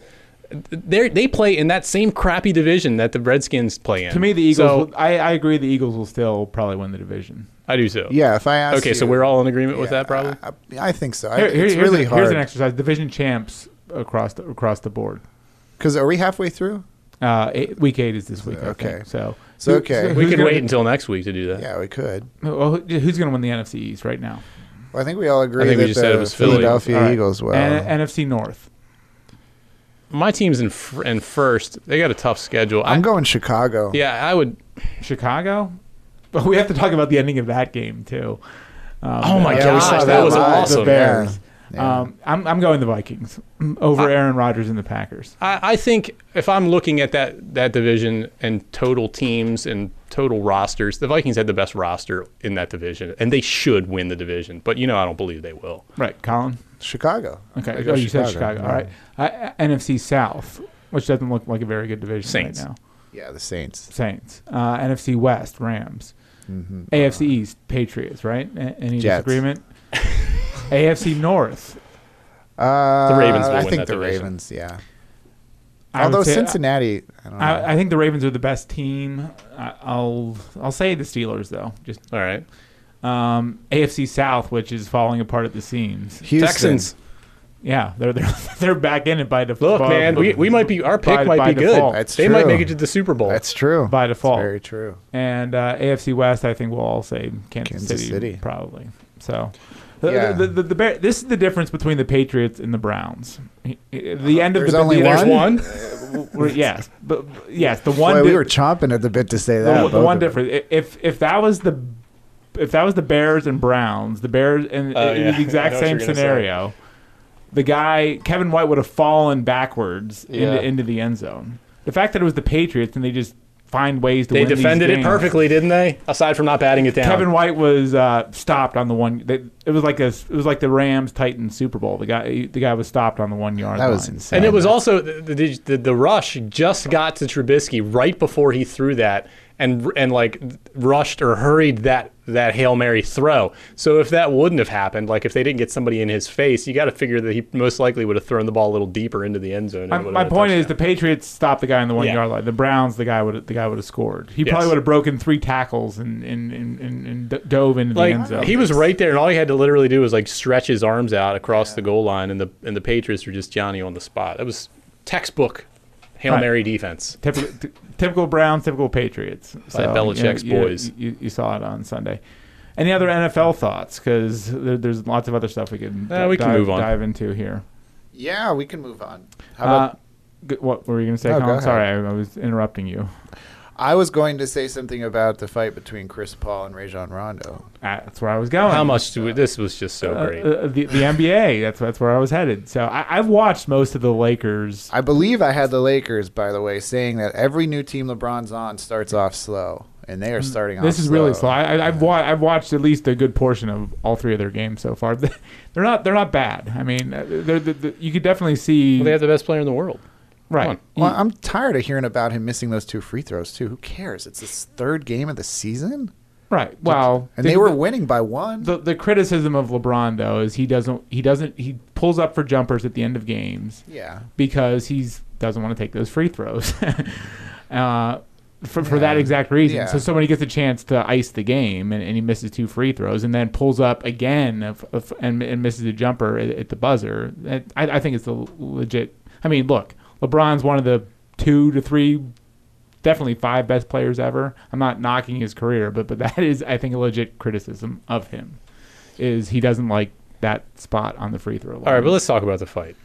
Speaker 2: They they play in that same crappy division that the Redskins play in.
Speaker 1: to me, the Eagles.
Speaker 2: So,
Speaker 1: will, I, I agree. The Eagles will still probably win the division.
Speaker 2: I do so.
Speaker 3: Yeah, if I ask
Speaker 2: Okay, so we're all in agreement with that, probably.
Speaker 3: I, I think so. I,
Speaker 1: Here- here-
Speaker 3: it's really
Speaker 1: here's, a-
Speaker 3: hard.
Speaker 1: here's an exercise: division champs across the, across the board.
Speaker 3: Because are we halfway through?
Speaker 1: Uh, eight, week eight is this week. I
Speaker 3: Okay.
Speaker 1: think. So
Speaker 3: So,
Speaker 1: Who-
Speaker 3: okay.
Speaker 1: who's
Speaker 2: we could
Speaker 1: gonna-
Speaker 2: wait until next week to do that.
Speaker 3: Yeah, we could.
Speaker 1: Well, who- who's going to win the NFC East right now?
Speaker 3: Well, I think we all agree
Speaker 2: I think we
Speaker 3: that
Speaker 2: just
Speaker 3: the
Speaker 2: said it was Philly.
Speaker 3: Philadelphia
Speaker 1: All right.
Speaker 3: Eagles will.
Speaker 1: And- NFC North.
Speaker 2: My team's in fr- in first. They got a tough schedule. I-
Speaker 3: I'm going Chicago.
Speaker 2: Yeah, I would.
Speaker 1: Chicago? But we have to talk about the ending of that game, too. Um,
Speaker 2: Oh, my
Speaker 1: uh,
Speaker 3: Yeah,
Speaker 2: gosh,
Speaker 3: we saw
Speaker 2: that,
Speaker 3: that
Speaker 2: was
Speaker 3: live.
Speaker 2: awesome.
Speaker 1: The Bears.
Speaker 3: Yeah.
Speaker 1: Um, I'm, I'm going the Vikings over Aaron Rodgers and the Packers.
Speaker 2: I, I think if I'm looking at that that division and total teams and total rosters, the Vikings had the best roster in that division, and they should win the division. But you know, I don't believe they will.
Speaker 1: Right, Colin?
Speaker 3: Chicago.
Speaker 1: Okay.
Speaker 3: I
Speaker 1: Oh,
Speaker 3: go
Speaker 1: you said
Speaker 3: Chicago,
Speaker 1: Chicago.
Speaker 3: yeah.
Speaker 1: All right. Uh, NFC South, which doesn't look like a very good division
Speaker 2: Saints.
Speaker 1: right now.
Speaker 3: Yeah, the Saints.
Speaker 1: Saints. Uh, NFC West, Rams.
Speaker 2: Mm-hmm.
Speaker 3: Mhm.
Speaker 1: AFC East, Patriots, right? A- any
Speaker 3: Jets.
Speaker 1: disagreement? AFC North.
Speaker 3: Uh,
Speaker 2: Ravens will
Speaker 3: I
Speaker 2: win
Speaker 3: think
Speaker 2: that
Speaker 3: the
Speaker 2: division.
Speaker 3: Ravens. Yeah.
Speaker 1: I would
Speaker 3: Although
Speaker 1: say- uh,
Speaker 3: Cincinnati, I don't know.
Speaker 1: I, I think the Ravens are the best team. I, I'll I'll say the Steelers though. Just
Speaker 2: All right,
Speaker 1: um, AFC South, which is falling apart at the seams.
Speaker 3: Houston.
Speaker 2: Texans.
Speaker 1: Yeah, they're they're, they're back in it by default.
Speaker 2: Look, man, we, we might be our pick
Speaker 1: By-
Speaker 2: might
Speaker 1: by
Speaker 2: be
Speaker 1: default.
Speaker 2: good.
Speaker 3: That's
Speaker 2: they might
Speaker 3: true.
Speaker 2: make it to the Super Bowl.
Speaker 3: That's true.
Speaker 1: by default.
Speaker 3: Very true.
Speaker 1: and uh, AFC West, I think we'll all say Kansas,
Speaker 3: Kansas
Speaker 1: City,
Speaker 3: City.
Speaker 1: probably. So. The,
Speaker 3: Yeah.
Speaker 1: the, the, the Bear, this is the difference between the Patriots and the Browns. The end of
Speaker 3: Uh, There's
Speaker 1: the
Speaker 3: only
Speaker 1: the-
Speaker 2: There's
Speaker 3: One?
Speaker 2: one.
Speaker 1: we're- yes, but yes, the one
Speaker 3: Boy,
Speaker 1: di-
Speaker 3: we were chomping at the bit to say
Speaker 1: The,
Speaker 3: that.
Speaker 1: one- the
Speaker 3: both
Speaker 1: one
Speaker 3: of them.
Speaker 1: difference, i- if if that was the if that was the Bears and Browns, the Bears and
Speaker 2: Oh,
Speaker 1: it- it was
Speaker 2: yeah.
Speaker 1: the exact
Speaker 2: I know what
Speaker 1: same
Speaker 2: you're gonna say.
Speaker 1: scenario, the guy Kevin White would have fallen backwards
Speaker 2: Yeah.
Speaker 1: into, into the end zone. The fact that it was the Patriots and they just find ways to
Speaker 2: They
Speaker 1: win these
Speaker 2: defended it
Speaker 1: games.
Speaker 2: perfectly, didn't they? Aside from not batting it down.
Speaker 1: Kevin White was uh, stopped on the one. They, it was like a it was like the Rams Titans Super Bowl. The guy the guy was stopped on the one yard.
Speaker 3: That was
Speaker 1: line.
Speaker 3: insane.
Speaker 2: And it was also the, the, the, the rush just got to Trubisky right before he threw that and and like rushed or hurried that that hail mary throw. So if that wouldn't have happened, like if they didn't get somebody in his face, you got to figure that he most likely would have thrown the ball a little deeper into the end zone. and
Speaker 1: My,
Speaker 2: it would
Speaker 1: my
Speaker 2: have been a
Speaker 1: point is the
Speaker 2: touchdown.
Speaker 1: Patriots stopped the guy on the one
Speaker 2: Yeah.
Speaker 1: yard line. The Browns, the guy would the guy would have scored. He
Speaker 2: Yes.
Speaker 1: probably would have broken three tackles and and, and, and, and d- dove into the end
Speaker 2: like
Speaker 1: zone.
Speaker 2: he was right there, and all he had to literally do was like stretch his arms out across the goal line, and the and the Patriots were just Johnny on the spot. That was textbook hail
Speaker 1: Right.
Speaker 2: mary defense.
Speaker 1: typical, t- typical Browns, typical Patriots.
Speaker 2: Belichick's
Speaker 1: you know, you-
Speaker 2: boys.
Speaker 1: You, you saw it on Sunday. Any other NFL thoughts? Because there, there's lots of other stuff we can
Speaker 2: Uh, we can
Speaker 1: dive,
Speaker 2: move on.
Speaker 1: dive into here.
Speaker 3: Yeah, we can move on. How
Speaker 1: Uh,
Speaker 3: about?
Speaker 1: g- what were you going to say?
Speaker 3: No, go
Speaker 1: Colin?
Speaker 3: ahead.
Speaker 1: Sorry, I, I was interrupting you.
Speaker 3: I was going to say something about the fight between Chris Paul and Rajon Rondo.
Speaker 1: That's where I was going.
Speaker 2: How much do we, this was just so
Speaker 1: Uh,
Speaker 2: great.
Speaker 1: uh, the, the NBA. That's that's where I was headed. So I, I've watched most of the Lakers.
Speaker 3: I believe I had the Lakers, by the way, saying that every new team LeBron's on starts off slow, and they are starting off.
Speaker 1: Mm, This is really slow.
Speaker 3: slow.
Speaker 1: I, I, I've wa- I've watched at least a good portion of all three of their games so far. they're not they're not bad. I mean, uh, they're, they're, they're- you could definitely see
Speaker 2: Well, they have the best player in the world.
Speaker 1: right.
Speaker 2: on.
Speaker 3: Well, I'm tired of hearing about him missing those two free throws too. Who cares? It's his third game of the season,
Speaker 1: Right. Well,
Speaker 3: and they were winning by one.
Speaker 1: the, the criticism of LeBron though is he doesn't he doesn't he pulls up for jumpers at the end of games
Speaker 3: yeah,
Speaker 1: because he's doesn't want to take those free throws. uh, for, for that
Speaker 3: Yeah.
Speaker 1: exact reason.
Speaker 3: Yeah.
Speaker 1: So somebody gets a chance to ice the game and, and he misses two free throws and then pulls up again of, of, and, and misses a jumper at, at the buzzer. That- I, I think it's a legit. I mean, look, LeBron's one of the two to three, definitely five best players ever. I'm not knocking his career, but but that is I think a legit criticism of him is he doesn't like that spot on the free throw line.
Speaker 2: All right, but let's talk about the fight.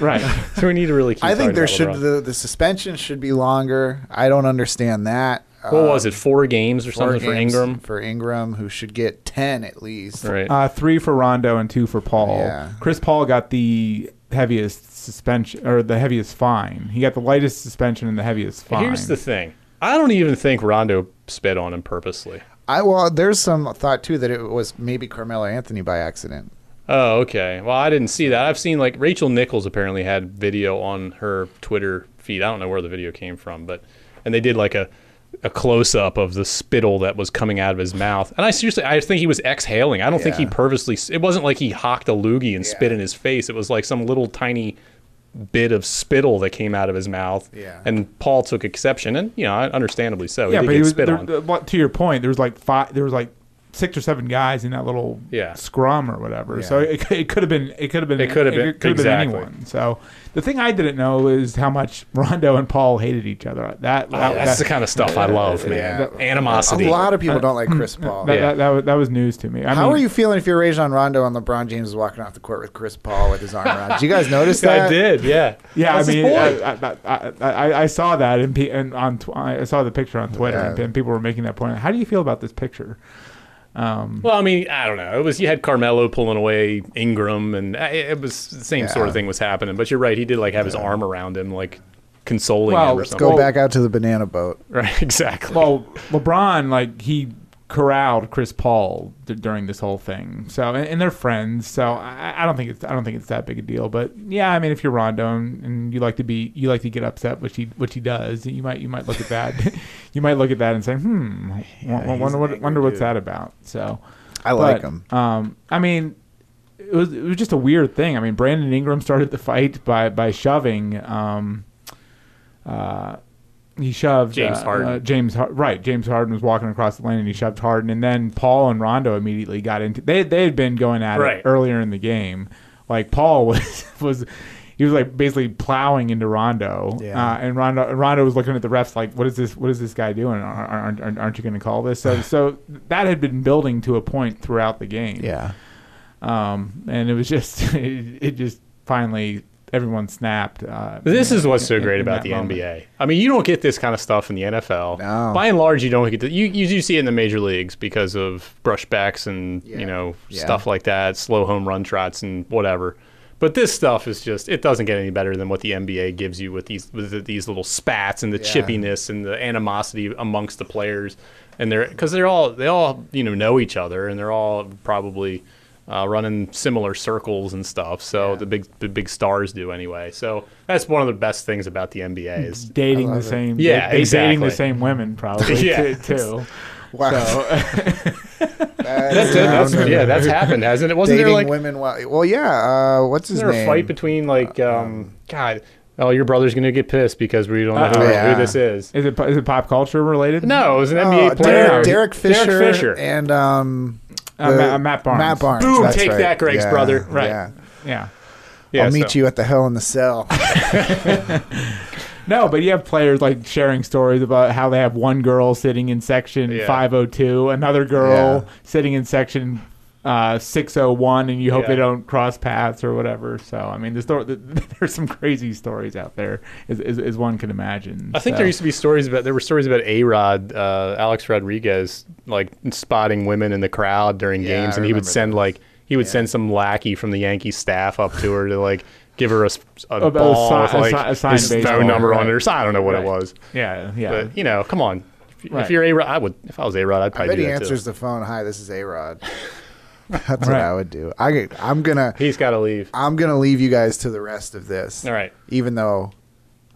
Speaker 1: right.
Speaker 2: So we need to really keep
Speaker 3: I
Speaker 2: talking
Speaker 3: think there
Speaker 2: about
Speaker 3: should
Speaker 2: LeBron.
Speaker 3: the, the suspension should be longer. I don't understand that. Uh,
Speaker 2: What was it? Four games or something for Ingram?
Speaker 3: For Ingram, who should get ten at least.
Speaker 2: Right.
Speaker 1: Uh, three for Rondo and two for Paul.
Speaker 3: Yeah.
Speaker 1: Chris Paul got the heaviest suspension or the heaviest fine. He got the lightest suspension and the heaviest fine.
Speaker 2: Here's the thing. I don't even think Rondo spit on him purposely.
Speaker 3: I well, there's some thought too that it was maybe Carmelo Anthony by accident.
Speaker 2: Oh, okay. Well, I didn't see that. I've seen like Rachel Nichols apparently had video on her Twitter feed. I don't know where the video came from, but and they did like a a close up of the spittle that was coming out of his mouth. And I seriously, I think he was exhaling. I don't think he
Speaker 3: Yeah.
Speaker 2: purposely. It wasn't like he hocked a loogie and spit
Speaker 3: Yeah.
Speaker 2: in his face. It was like some little tiny bit of spittle that came out of his mouth.
Speaker 3: Yeah.
Speaker 2: And Paul took exception, and you know, understandably so.
Speaker 1: yeah,
Speaker 2: he did
Speaker 1: but
Speaker 2: get
Speaker 1: he was,
Speaker 2: spit
Speaker 1: there,
Speaker 2: on.
Speaker 1: uh, what- to your point, there was like five. There was like six or seven guys in that little
Speaker 2: Yeah.
Speaker 1: scrum or whatever. So
Speaker 3: Yeah.
Speaker 1: it, c- it could have been. It could have been.
Speaker 2: It could have been-
Speaker 1: could have
Speaker 2: exactly.
Speaker 1: anyone. So the thing I didn't know is how much Rondo and Paul hated each other. That,
Speaker 2: Oh,
Speaker 1: that
Speaker 2: that's
Speaker 1: that,
Speaker 2: the kind of stuff I love,
Speaker 3: Yeah.
Speaker 2: man.
Speaker 3: That-
Speaker 2: Animosity.
Speaker 3: A lot of people don't like Chris Paul.
Speaker 1: that,
Speaker 2: Yeah.
Speaker 1: that, that, was, that was news to me. I
Speaker 3: How
Speaker 1: mean,
Speaker 3: are you feeling if you're Rajon Rondo and LeBron James is walking off the court with Chris Paul with his arm around? Did you guys notice that?
Speaker 2: I did, yeah.
Speaker 1: Yeah,
Speaker 2: That's
Speaker 1: I
Speaker 2: his
Speaker 1: mean,
Speaker 2: boy.
Speaker 1: I, I, I, I, I saw that and, pe- and on tw- I saw the picture on Twitter and,
Speaker 3: Yeah.
Speaker 1: and people were making that point. How do you feel about this picture?
Speaker 2: Well, I mean, I don't know. It was you had Carmelo pulling away Ingram, and I- it was the same sort of
Speaker 3: Yeah.
Speaker 2: thing was happening. But you're right; he did like have his arm around him, like consoling
Speaker 1: Well,
Speaker 2: him or
Speaker 1: let's
Speaker 2: something.
Speaker 3: Go
Speaker 1: Well-
Speaker 3: back out to the banana boat.
Speaker 2: Right? Exactly.
Speaker 1: Well, LeBron like he corralled Chris Paul d- during this whole thing. So and, and they're friends. So I, I don't think it's I don't think it's that big a deal. But yeah, I mean, if you're Rondo and, and you like to be you like to get upset, which he which he does, you might you might look at that you might look at that and say, hmm, w-
Speaker 3: he's
Speaker 1: wonder
Speaker 3: an
Speaker 1: what,
Speaker 3: angry
Speaker 1: wonder what's
Speaker 3: dude.
Speaker 1: that about. So.
Speaker 3: I like him.
Speaker 1: Um, I mean, it was it was just a weird thing. I mean, Brandon Ingram started the fight by by shoving. Um, uh, he shoved
Speaker 2: James
Speaker 1: uh,
Speaker 2: Harden.
Speaker 1: uh, James Har- right. James Harden was walking across the lane and he shoved Harden, and then Paul and Rondo immediately got into. They they had been going at
Speaker 2: Right.
Speaker 1: it earlier in the game. Like Paul was was. He was like basically plowing into Rondo,
Speaker 3: Yeah.
Speaker 1: uh, and Rondo Rondo was looking at the refs like, "What is this? What is this guy doing? Aren't, aren't, aren't you going to call this?" So, so that had been building to a point throughout the game
Speaker 3: Yeah.
Speaker 1: um, and it was just it, it just finally everyone snapped. Uh,
Speaker 2: this
Speaker 1: in-
Speaker 2: is what's so
Speaker 1: in-
Speaker 2: great
Speaker 1: in
Speaker 2: about
Speaker 1: that
Speaker 2: the
Speaker 1: moment.
Speaker 2: NBA. I mean, you don't get this kind of stuff in the NFL.
Speaker 3: No.
Speaker 2: By and large, you don't get. To, you you do see it in the major leagues because of brushbacks and
Speaker 3: Yeah.
Speaker 2: you know
Speaker 3: Yeah.
Speaker 2: stuff like that, slow home run trots and whatever. But this stuff is just it doesn't get any better than what the NBA gives you with these with the, these little spats and the
Speaker 3: Yeah.
Speaker 2: chippiness and the animosity amongst the players, and they're because they're all they all you know know each other and they're all probably. Uh, running similar circles and stuff, so the big the big stars do anyway. So that's one of the best things about the NBA is
Speaker 1: Dating
Speaker 3: I
Speaker 1: the
Speaker 3: love it.
Speaker 1: same,
Speaker 2: Yeah,
Speaker 1: da- dating
Speaker 2: exactly.
Speaker 1: the same women probably
Speaker 2: Yeah.
Speaker 1: yeah. too.
Speaker 3: Wow.
Speaker 2: That's it. That's, yeah, that's happened, hasn't it? Wasn't
Speaker 3: dating
Speaker 2: there like
Speaker 3: women. While, well, yeah. Uh, what's his
Speaker 2: wasn't there a
Speaker 3: name?
Speaker 2: fight between like
Speaker 3: Uh,
Speaker 2: um God? Oh, your brother's gonna get pissed because we don't know who,
Speaker 1: Uh-oh.
Speaker 2: who
Speaker 3: Yeah.
Speaker 2: this is.
Speaker 1: Is it po- is it pop culture related?
Speaker 2: No, it was an
Speaker 3: Oh,
Speaker 2: NBA player.
Speaker 3: Derek, Derek Fisher.
Speaker 2: Derek Fisher.
Speaker 3: And um,
Speaker 1: Uh,
Speaker 3: the-
Speaker 1: Ma- uh, Matt Barnes.
Speaker 3: Matt Barnes.
Speaker 2: Boom,
Speaker 3: that's
Speaker 2: take
Speaker 3: right.
Speaker 2: that, Greg's
Speaker 3: Yeah,
Speaker 2: brother.
Speaker 1: Right.
Speaker 3: Yeah.
Speaker 1: Yeah.
Speaker 2: Yeah,
Speaker 3: I'll meet
Speaker 2: so-
Speaker 3: you at the hell in the cell.
Speaker 1: No, but you have players like sharing stories about how they have one girl sitting in section
Speaker 2: Yeah.
Speaker 1: 502, another girl
Speaker 3: Yeah.
Speaker 1: sitting in section uh, 601 and you hope
Speaker 2: Yeah.
Speaker 1: they don't cross paths or whatever. So, I mean, the story, there's some crazy stories out there, as, as, as one can imagine.
Speaker 2: I think
Speaker 1: So-
Speaker 2: there used to be stories about there were stories about A Rod, uh, Alex Rodriguez, like spotting women in the crowd during
Speaker 3: Yeah,
Speaker 2: games,
Speaker 3: I
Speaker 2: and he would
Speaker 3: remember
Speaker 2: send
Speaker 3: those.
Speaker 2: like he would send some lackey from the Yankee staff up to her to like give her a, s- a
Speaker 1: About a
Speaker 2: ball
Speaker 1: si-
Speaker 2: with
Speaker 1: a
Speaker 2: like
Speaker 1: si- a signed
Speaker 2: his
Speaker 1: baseball,
Speaker 2: phone number on
Speaker 1: right.
Speaker 2: it. Or, so- I don't know what
Speaker 1: Right.
Speaker 2: it was,
Speaker 1: Yeah, yeah.
Speaker 2: but you know, come on. If,
Speaker 1: Right.
Speaker 2: if you're A Rod, I would. If I was A Rod, I'd
Speaker 3: I
Speaker 2: probably
Speaker 3: bet
Speaker 2: do
Speaker 3: he
Speaker 2: that
Speaker 3: answers
Speaker 2: too.
Speaker 3: the phone. Hi, this is A Rod. That's what
Speaker 1: Right.
Speaker 3: I would do. I could- I'm gonna
Speaker 2: He's got to leave.
Speaker 3: I'm gonna leave you guys to the rest of this.
Speaker 2: All right.
Speaker 3: Even though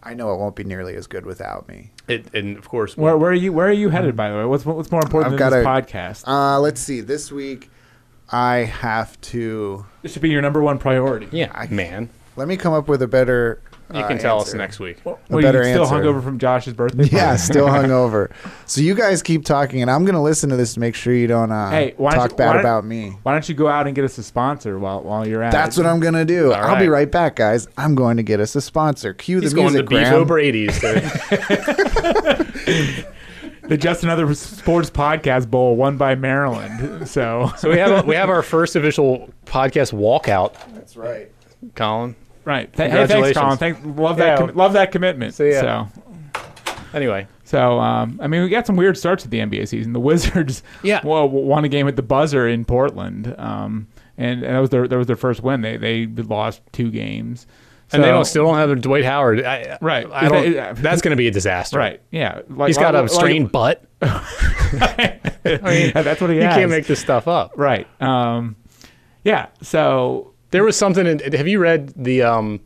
Speaker 3: I know it won't be nearly as good without me.
Speaker 2: It, and of course,
Speaker 1: where, where are you? Where are you headed, by the way? What's what's more important
Speaker 3: I've
Speaker 1: than this
Speaker 3: gotta-
Speaker 1: podcast?
Speaker 3: Uh, let's see. This week, I have to.
Speaker 1: this should be your number one priority.
Speaker 2: yeah,
Speaker 3: I-
Speaker 2: man,
Speaker 3: Let me come up with a better.
Speaker 2: you
Speaker 3: uh,
Speaker 2: can tell us
Speaker 3: answer.
Speaker 2: next week.
Speaker 1: Well,
Speaker 3: A
Speaker 1: you
Speaker 3: better
Speaker 1: still
Speaker 3: answer.
Speaker 1: hungover from Josh's birthday. party?
Speaker 3: Yeah, still hungover. So you guys keep talking, and I'm gonna listen to this to make sure you don't uh,
Speaker 1: Hey, why don't
Speaker 3: talk
Speaker 1: you- why
Speaker 3: bad
Speaker 1: don't-
Speaker 3: about me.
Speaker 1: Why don't you go out and get us a sponsor while while you're at
Speaker 3: That's
Speaker 1: it?
Speaker 3: what I'm gonna do. I'll be
Speaker 2: right.
Speaker 3: right back, guys. I'm going to get us a sponsor. Cue
Speaker 2: He's
Speaker 3: the
Speaker 2: going to
Speaker 3: music,
Speaker 2: beef
Speaker 3: Graham.
Speaker 2: O'Brady's. to-
Speaker 1: the Just Another Sports Podcast Bowl won by Maryland. So,
Speaker 2: so we have we have our first official podcast walkout.
Speaker 3: That's right.
Speaker 2: Colin.
Speaker 1: right. Th- hey, thanks,
Speaker 2: Congratulations.
Speaker 1: Colin. Thanks. Love that.
Speaker 2: Yeah.
Speaker 1: commi- love that commitment.
Speaker 2: So, yeah.
Speaker 1: So.
Speaker 2: Anyway,
Speaker 1: So, um, I mean, we got some weird starts to the NBA season. The Wizards,
Speaker 2: Yeah.
Speaker 1: well, w- won a game at the buzzer in Portland, um, and, and that was their that was their first win. They they lost two games,
Speaker 2: and they
Speaker 1: So-
Speaker 2: don't still don't have their Dwight Howard. I,
Speaker 1: Right.
Speaker 2: I
Speaker 1: Is
Speaker 2: don't,
Speaker 1: that-
Speaker 2: that's going to be a disaster.
Speaker 1: right? Yeah, like,
Speaker 2: He's got
Speaker 1: like-
Speaker 2: a strained butt.
Speaker 1: Like, that's what he
Speaker 2: You
Speaker 1: has.
Speaker 2: can't make this stuff up.
Speaker 1: right. Um, yeah. So
Speaker 2: There was something. In, have you read the um,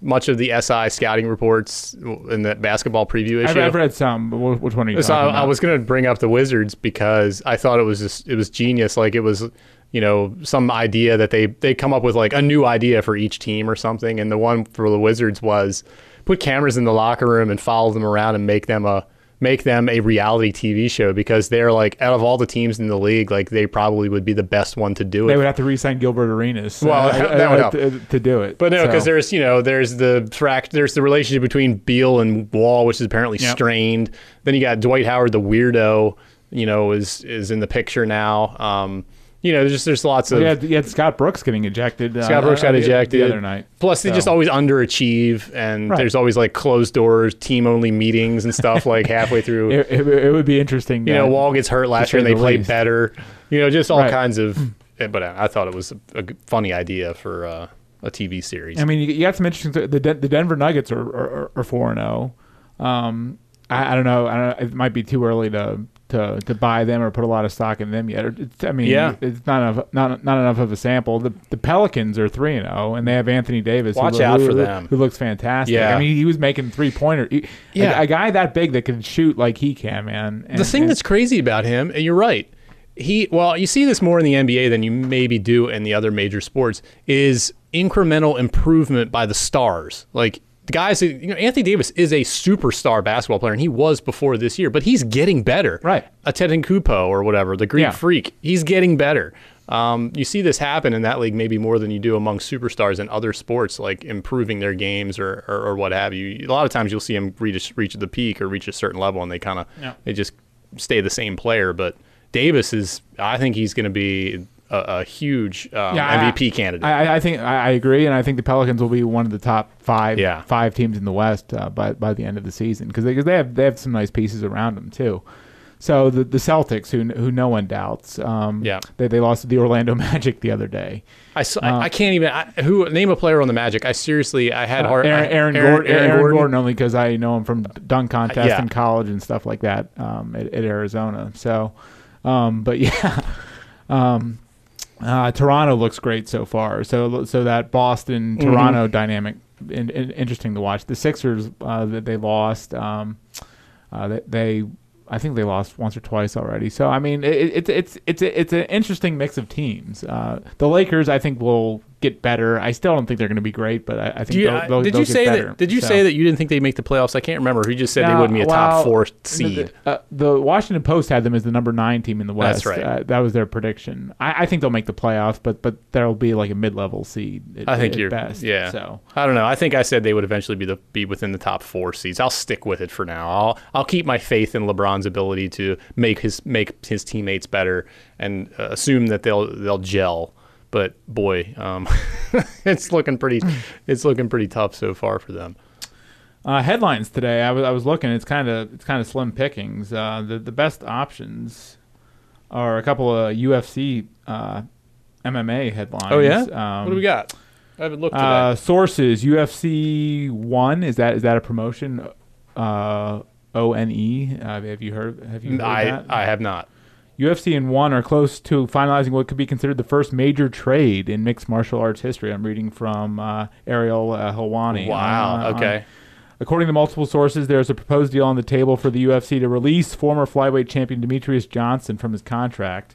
Speaker 2: much of the SI scouting reports in that basketball preview
Speaker 1: I've,
Speaker 2: issue?
Speaker 1: I've read some, but wh- which one are you
Speaker 2: So
Speaker 1: talking
Speaker 2: I, I
Speaker 1: about?
Speaker 2: was going to bring up the Wizards because I thought it was just, it was genius. Like it was, you know, some idea that they they come up with like a new idea for each team or something. And the one for the Wizards was put cameras in the locker room and follow them around and make them a make them a reality TV show because they're like out of all the teams in the league, like they probably would be the best one to do it.
Speaker 1: they would have to re-sign Gilbert Arenas.
Speaker 2: Well, that- that would help.
Speaker 1: to, to do it.
Speaker 2: But no, because
Speaker 1: So-
Speaker 2: there's you know there's the fract there's the relationship between Beal and Wall, which is apparently
Speaker 1: Yep.
Speaker 2: strained. Then you got Dwight Howard, the weirdo, you know, is is in the picture now. Um, you know, there's just there's lots of
Speaker 1: you had, you had Scott Brooks getting ejected. uh,
Speaker 2: Scott Brooks
Speaker 1: uh,
Speaker 2: got
Speaker 1: the-
Speaker 2: ejected
Speaker 1: the other night.
Speaker 2: Plus, they
Speaker 1: So-
Speaker 2: just always underachieve, and
Speaker 1: Right.
Speaker 2: there's always like closed doors, team only meetings and stuff like halfway through.
Speaker 1: It, it, it would be interesting.
Speaker 2: you know,
Speaker 1: that-
Speaker 2: Wall gets hurt last
Speaker 1: say
Speaker 2: year and they
Speaker 1: the
Speaker 2: play
Speaker 1: least.
Speaker 2: better. You know, just all
Speaker 1: Right.
Speaker 2: kinds of. eh, But I I thought it was a, a g- funny idea for uh, a TV series.
Speaker 1: I mean, you, you got some interesting. The Den- the Denver Nuggets are are- are four and zero. Um, I, I don't know. I don't, it might be too early to, to to buy them or put a lot of stock in them yet. Or It's, I mean,
Speaker 2: Yeah.
Speaker 1: it's not enough not not enough of a sample. The the Pelicans are three and zero, and they have Anthony Davis. who
Speaker 2: Watch
Speaker 1: loo-
Speaker 2: out
Speaker 1: who,
Speaker 2: for
Speaker 1: loo-
Speaker 2: them.
Speaker 1: Who looks fantastic.
Speaker 2: Yeah.
Speaker 1: I mean, he was making three pointer. he-
Speaker 2: Yeah.
Speaker 1: a, a guy that big that can shoot like he can, man. And,
Speaker 2: the thing
Speaker 1: and-
Speaker 2: that's crazy about him, and you're right, he well, you see this more in the NBA than you maybe do in the other major sports, is incremental improvement by the stars. Like the guys, who- you know, Anthony Davis is a superstar basketball player, and he was before this year, but he's getting better.
Speaker 1: Right.
Speaker 2: A Ted Kupo or whatever, the Greek
Speaker 1: Yeah.
Speaker 2: freak, he's getting better. Um, you see this happen in that league maybe more than you do among superstars in other sports, like improving their games or, or, or what have you. A lot of times you'll see them reach reach the peak or reach a certain level, and they kind of
Speaker 1: Yeah.
Speaker 2: they just stay the same player. But Davis is, I think he's going to be a, a huge um,
Speaker 1: Yeah, I-
Speaker 2: MVP candidate.
Speaker 1: I, I- I think I I agree, and I think the Pelicans will be one of the top five
Speaker 2: Yeah.
Speaker 1: five teams in the West uh, by by the end of the season because they, 'cause they have they have some nice pieces around them too. So the the Celtics, who who no one doubts, um,
Speaker 2: Yeah.
Speaker 1: they they lost to the Orlando Magic the other day.
Speaker 2: I, s-
Speaker 1: uh,
Speaker 2: I- I can't even I, who name a player on the Magic. I seriously, I had hard.
Speaker 1: uh, Aaron,
Speaker 2: I-
Speaker 1: Aaron, Gordon, Uh, Aaron, Gordon, only because I know him from dunk contests
Speaker 2: yeah.
Speaker 1: in college and stuff like that um, at, at Arizona. So, um, but yeah, um, uh, Toronto looks great so far. So so that Boston Toronto dynamic in, in, interesting to watch. The Sixers uh, that they lost. Um, uh, they, they I think they lost once or twice already. So I mean, it, it, it's it's it's a, it's an interesting mix of teams. Uh, the Lakers I think will get better. I still don't think they're going to be great, but I, I think
Speaker 2: Do you,
Speaker 1: they'll, they'll,
Speaker 2: did
Speaker 1: they'll
Speaker 2: you
Speaker 1: get
Speaker 2: say
Speaker 1: better.
Speaker 2: that? Did you
Speaker 1: So-
Speaker 2: say that you didn't think they'd make the playoffs? I can't remember. You just said they
Speaker 1: No,
Speaker 2: wouldn't be a
Speaker 1: well,
Speaker 2: top four
Speaker 1: no,
Speaker 2: seed.
Speaker 1: The, uh, the Washington Post had them as the number nine team in the West.
Speaker 2: That's right.
Speaker 1: Uh, that was their prediction. I, I think they'll make the playoffs, but but there'll be like a mid-level seed. At,
Speaker 2: I think
Speaker 1: at
Speaker 2: you're
Speaker 1: best.
Speaker 2: Yeah.
Speaker 1: So
Speaker 2: I don't know. I think I said they would eventually be the be within the top four seeds. I'll stick with it for now. I'll I'll keep my faith in LeBron's ability to make his make his teammates better and uh, assume that they'll they'll gel. But boy, um, it's looking pretty it's looking pretty tough so far for them.
Speaker 1: Uh, headlines today. I was I was looking. It's kind of it's kind of slim pickings. Uh, the the best options are a couple of UFC, uh, MMA headlines. Um,
Speaker 2: Oh, what do we got? I haven't looked.
Speaker 1: Uh, sources: UFC one is that is that a promotion? Uh, O N E. Uh, have you heard? Have you? Heard
Speaker 2: I
Speaker 1: that?
Speaker 2: I have not.
Speaker 1: UFC and ONE are close to finalizing what could be considered the first major trade in mixed martial arts history. I'm reading from uh, Ariel uh, Helwani.
Speaker 2: Wow.
Speaker 1: Uh,
Speaker 2: okay.
Speaker 1: on- according to multiple sources, there is a proposed deal on the table for the UFC to release former flyweight champion Demetrius Johnson from his contract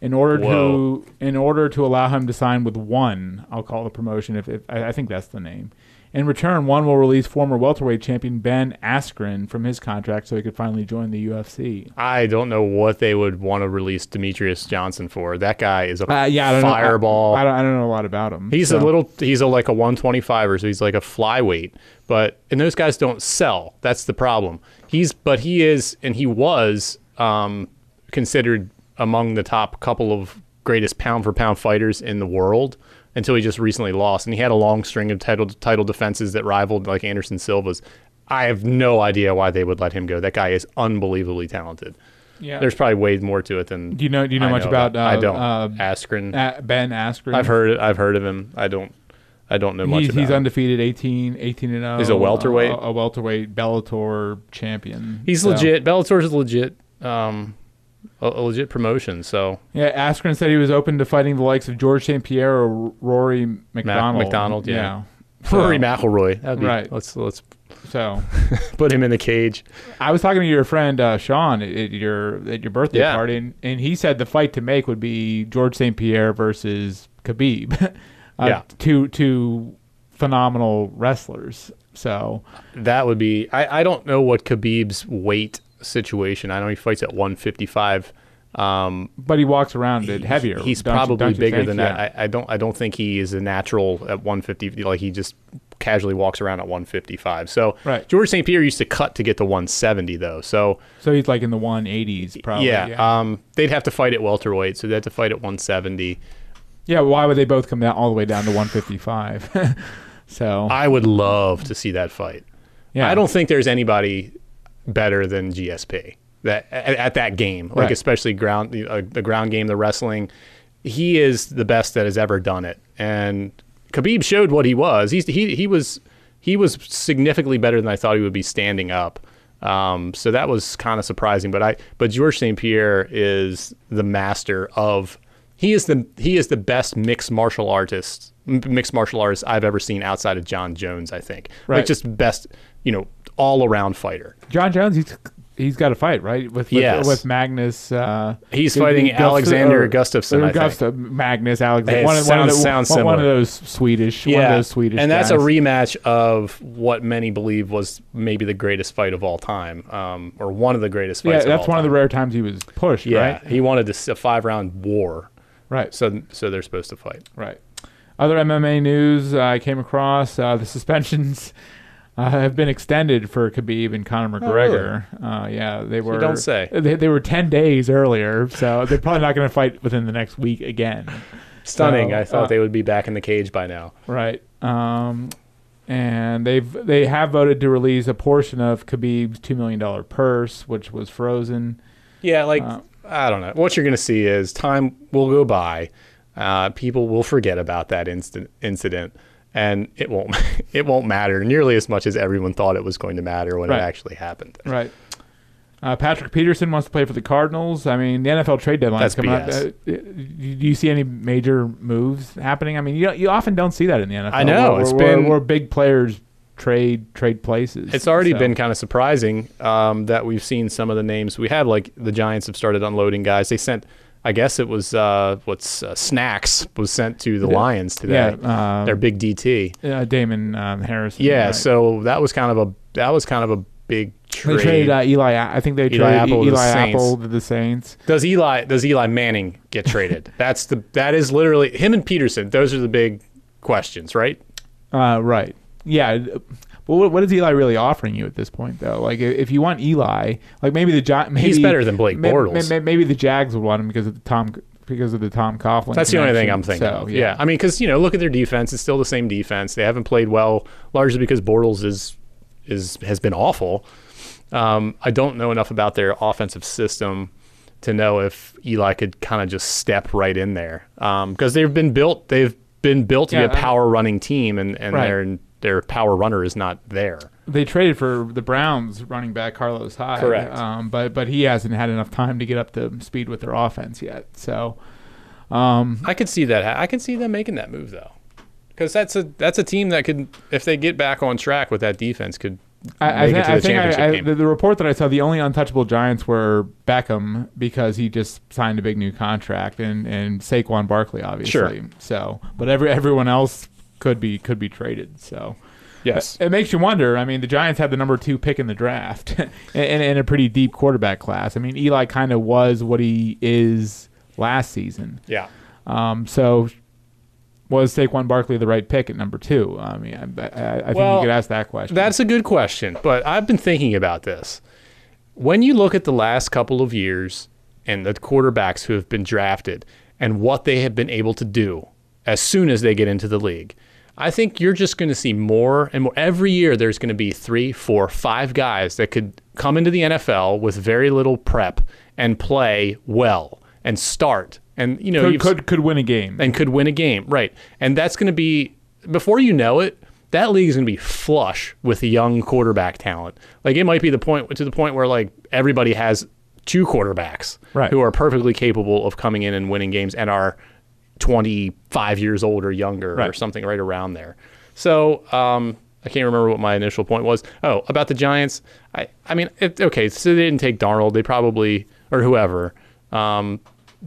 Speaker 1: in order
Speaker 2: Whoa.
Speaker 1: to in order to allow him to sign with ONE. I'll call the promotion if, if I, I think that's the name. In return, ONE will release former welterweight champion Ben Askren from his contract so he could finally join the UFC.
Speaker 2: I don't know what they would want to release Demetrius Johnson for. That guy is a
Speaker 1: Uh, yeah, I don't Know,
Speaker 2: fireball.
Speaker 1: I, I don't, I don't know a lot about him.
Speaker 2: He's a
Speaker 1: so-
Speaker 2: little. He's a like a 125er, so he's like a flyweight. But and those guys don't sell. That's the problem. He's but he is and he was um, considered among the top couple of greatest pound for pound fighters in the world until he just recently lost. And he had a long string of title title defenses that rivaled like Anderson Silva's. I have no idea why they would let him go. That guy is unbelievably talented.
Speaker 1: Yeah.
Speaker 2: There's probably way more to it than
Speaker 1: Do you know? Do you know
Speaker 2: I
Speaker 1: much about? Uh,
Speaker 2: I don't.
Speaker 1: Uh,
Speaker 2: Askren.
Speaker 1: A- ben Askren.
Speaker 2: I've heard I've heard of him. I don't I don't know much
Speaker 1: He's,
Speaker 2: about
Speaker 1: he's
Speaker 2: him.
Speaker 1: undefeated, 18, 18 and zero.
Speaker 2: He's a welterweight?
Speaker 1: a, a welterweight Bellator champion.
Speaker 2: he's
Speaker 1: So-
Speaker 2: legit. Bellator's a legit um a, a legit promotion, so
Speaker 1: Yeah, Askren said he was open to fighting the likes of George St. Pierre or Rory McDonald.
Speaker 2: McDonald, yeah.
Speaker 1: So-
Speaker 2: Rory McIlroy. That'd be,
Speaker 1: Right.
Speaker 2: Let's let's
Speaker 1: So,
Speaker 2: put him in the cage.
Speaker 1: I was talking to your friend uh, Sean at, at your at your birthday
Speaker 2: Yeah.
Speaker 1: party, and, and he said the fight to make would be George St. Pierre versus Khabib. uh,
Speaker 2: Yeah.
Speaker 1: two two phenomenal wrestlers. So
Speaker 2: That would be I, I don't know what Khabib's weight situation. I know he fights at 155. Um
Speaker 1: but he walks around it heavier.
Speaker 2: He's
Speaker 1: don't you-
Speaker 2: probably
Speaker 1: don't you
Speaker 2: bigger
Speaker 1: think?
Speaker 2: than
Speaker 1: Yeah.
Speaker 2: that. I, I don't. I don't think he is a natural at 150. Like he just casually walks around at 155. So
Speaker 1: Right.
Speaker 2: George St. Pierre used to cut to get to 170 though. So
Speaker 1: so he's like in the one eighties probably.
Speaker 2: yeah,
Speaker 1: yeah.
Speaker 2: Um, they'd have to fight at welterweight. So they'd have to fight at 170.
Speaker 1: Yeah, Why would they both come down all the way down to one fifty five? so
Speaker 2: I would love to see that fight.
Speaker 1: yeah,
Speaker 2: I don't think there's anybody better than GSP that at, at that game, like
Speaker 1: Right.
Speaker 2: especially ground the, uh, the ground game, the wrestling. He is the best that has ever done it, and Khabib showed what he was. He's he he was he was significantly better than I thought he would be standing up. Um, so that was kind of surprising, but I but George St Pierre is the master of he is the he is the best mixed martial artist m- mixed martial artist I've ever seen outside of John Jones. I think
Speaker 1: Right.
Speaker 2: like just best you know all around fighter.
Speaker 1: John Jones. He's he's got a fight right with with,
Speaker 2: Yes.
Speaker 1: with Magnus. Uh,
Speaker 2: He's
Speaker 1: Gu-
Speaker 2: fighting
Speaker 1: Gustaf-
Speaker 2: Alexander
Speaker 1: or-
Speaker 2: Gustafsson,
Speaker 1: or
Speaker 2: I think.
Speaker 1: Gustaf- Magnus Alexander.
Speaker 2: Hey,
Speaker 1: one, of- one
Speaker 2: sounds-
Speaker 1: of the,
Speaker 2: sounds
Speaker 1: one, one of
Speaker 2: similar.
Speaker 1: those Swedish. One of those Swedish.
Speaker 2: and that's a
Speaker 1: guys.
Speaker 2: rematch of what many believe was maybe the greatest fight of all time, um, or one of the greatest
Speaker 1: Yeah,
Speaker 2: fights.
Speaker 1: that's one of the
Speaker 2: rare.
Speaker 1: rare times he was pushed.
Speaker 2: Yeah,
Speaker 1: Right.
Speaker 2: he wanted this, a five round war,
Speaker 1: Right.
Speaker 2: so so they're supposed to fight.
Speaker 1: Right. Other MMA news uh, I came across uh, the suspensions uh, have been extended for Khabib and Conor
Speaker 2: Oh,
Speaker 1: McGregor. uh, yeah, they were.
Speaker 2: don't say.
Speaker 1: They, they were ten days earlier, so they're probably not going to fight within the next week again.
Speaker 2: Stunning!
Speaker 1: So,
Speaker 2: I thought
Speaker 1: uh,
Speaker 2: they would be back in the cage by now.
Speaker 1: Right. Um, and they've they have voted to release a portion of Khabib's two million dollar purse, which was frozen.
Speaker 2: Yeah, like
Speaker 1: Uh,
Speaker 2: I don't know. What you're going to see is time will go by. Uh, people will forget about that instant incident, and it won't it won't matter nearly as much as everyone thought it was going to matter when
Speaker 1: Right.
Speaker 2: it actually happened.
Speaker 1: Right. Uh, Patrick Peterson wants to play for the Cardinals. I mean, the NFL trade deadline is
Speaker 2: That's
Speaker 1: coming
Speaker 2: BS.
Speaker 1: up. Uh, do do you see any major moves happening? I mean, you don't, you often don't see that in the NFL.
Speaker 2: I know,
Speaker 1: Where,
Speaker 2: it's
Speaker 1: where-
Speaker 2: been-
Speaker 1: where big players trade trade places.
Speaker 2: It's already
Speaker 1: So-
Speaker 2: been kind of surprising um, that we've seen some of the names we had. Like the Giants have started unloading guys. They sent I guess it was uh, what's uh, snacks was sent to the Lions today.
Speaker 1: Yeah, um,
Speaker 2: their big DT.
Speaker 1: Uh, Damon um, Harris.
Speaker 2: Yeah, so that was kind of a that was kind of a big
Speaker 1: they
Speaker 2: trade.
Speaker 1: traded uh, Eli. A- I think they traded
Speaker 2: Apple
Speaker 1: Apple
Speaker 2: to the
Speaker 1: Eli
Speaker 2: Saints.
Speaker 1: Apple to the Saints.
Speaker 2: does Eli does Eli Manning get traded? That's the that is literally him and Peterson. Those are the big questions, right?
Speaker 1: Uh, right. Yeah. Well, what, what is Eli really offering you at this point, though? Like, i- if you want Eli, like maybe the Gi- maybe
Speaker 2: better than Blake
Speaker 1: may-
Speaker 2: Bortles.
Speaker 1: may- may- maybe the Jags would want him because of the Tom because of the Tom Coughlin.
Speaker 2: That's the only thing
Speaker 1: connection.
Speaker 2: I'm thinking.
Speaker 1: So,
Speaker 2: of. yeah. I mean, because you know, look at their defense. It's still the same defense. They haven't played well, largely because Bortles is is has been awful. Um, I don't know enough about their offensive system to know if Eli could kind of just step right in there because they've been built. They've been built to
Speaker 1: Yeah,
Speaker 2: be
Speaker 1: I-
Speaker 2: a power running team, and and
Speaker 1: Right.
Speaker 2: their their power runner is not there.
Speaker 1: They traded for the Browns running back Carlos Hyde.
Speaker 2: Correct.
Speaker 1: Um, but but he hasn't had enough time to get up to speed with their offense yet. So. Um,
Speaker 2: I could see that. ha- I could see them making that move though, because that's a that's a team that could, if they get back on track with that defense, could
Speaker 1: I, I,
Speaker 2: make
Speaker 1: thi-
Speaker 2: it to
Speaker 1: I
Speaker 2: the
Speaker 1: think
Speaker 2: championship
Speaker 1: I, I,
Speaker 2: game.
Speaker 1: the, the report that I saw, the only untouchable Giants were Beckham because he just signed a big new contract, and and Saquon Barkley obviously.
Speaker 2: Sure.
Speaker 1: So, but every everyone else could be could be traded. So.
Speaker 2: yes,
Speaker 1: It makes you wonder. I mean, the Giants had the number two pick in the draft, and, and, and a pretty deep quarterback class. I mean, Eli kind of was what he is last season.
Speaker 2: yeah.
Speaker 1: Um, so, was Saquon Barkley the right pick at number two? I mean, I, I, I think
Speaker 2: Well,
Speaker 1: you could ask that question.
Speaker 2: That's a good question, but I've been thinking about this. When you look at the last couple of years and the quarterbacks who have been drafted and what they have been able to do as soon as they get into the league, I think you're just going to see more and more. Every year, there's going to be three, four, five guys that could come into the NFL with very little prep and play well and start. And, you know,
Speaker 1: could,
Speaker 2: you've-
Speaker 1: could could win a game.
Speaker 2: and could win a game. Right. And that's going to be, before you know it, that league is going to be flush with young quarterback talent. Like it might be the point to the point where like everybody has two quarterbacks
Speaker 1: Right.
Speaker 2: who are perfectly capable of coming in and winning games and are 25 years old or younger or
Speaker 1: Right.
Speaker 2: something right around there. So, um, I can't remember what my initial point was. Oh, about the Giants. I, I mean, it, okay, so they didn't take Darnold. They probably, or whoever. Um,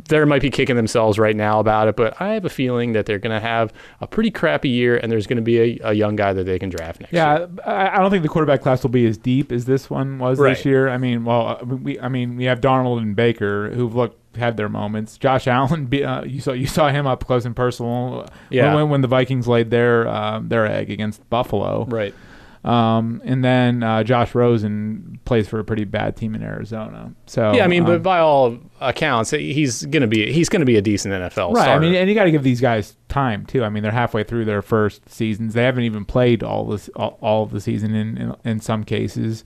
Speaker 2: they might be kicking themselves right now about it, but I have a feeling that they're going to have a pretty crappy year and there's going to be a, a young guy that they can draft next year.
Speaker 1: Yeah, I I don't think the quarterback class will be as deep as this one was
Speaker 2: Right.
Speaker 1: this year. I mean, well, uh, we I mean we have Donald and Baker who've looked had their moments. Josh Allen, be- uh, you saw you saw him up close and personal. uh,
Speaker 2: Yeah.
Speaker 1: when, when the Vikings laid their um, their egg against Buffalo,
Speaker 2: Right.
Speaker 1: um, and then uh, Josh Rosen plays for a pretty bad team in Arizona. So
Speaker 2: Yeah, I mean,
Speaker 1: um,
Speaker 2: but by all accounts, he's going to be he's going to be a decent NFL
Speaker 1: Right, I
Speaker 2: starter.
Speaker 1: mean, and you got to give these guys time too. I mean, they're halfway through their first seasons. They haven't even played all this all, all of the season in, in in some cases.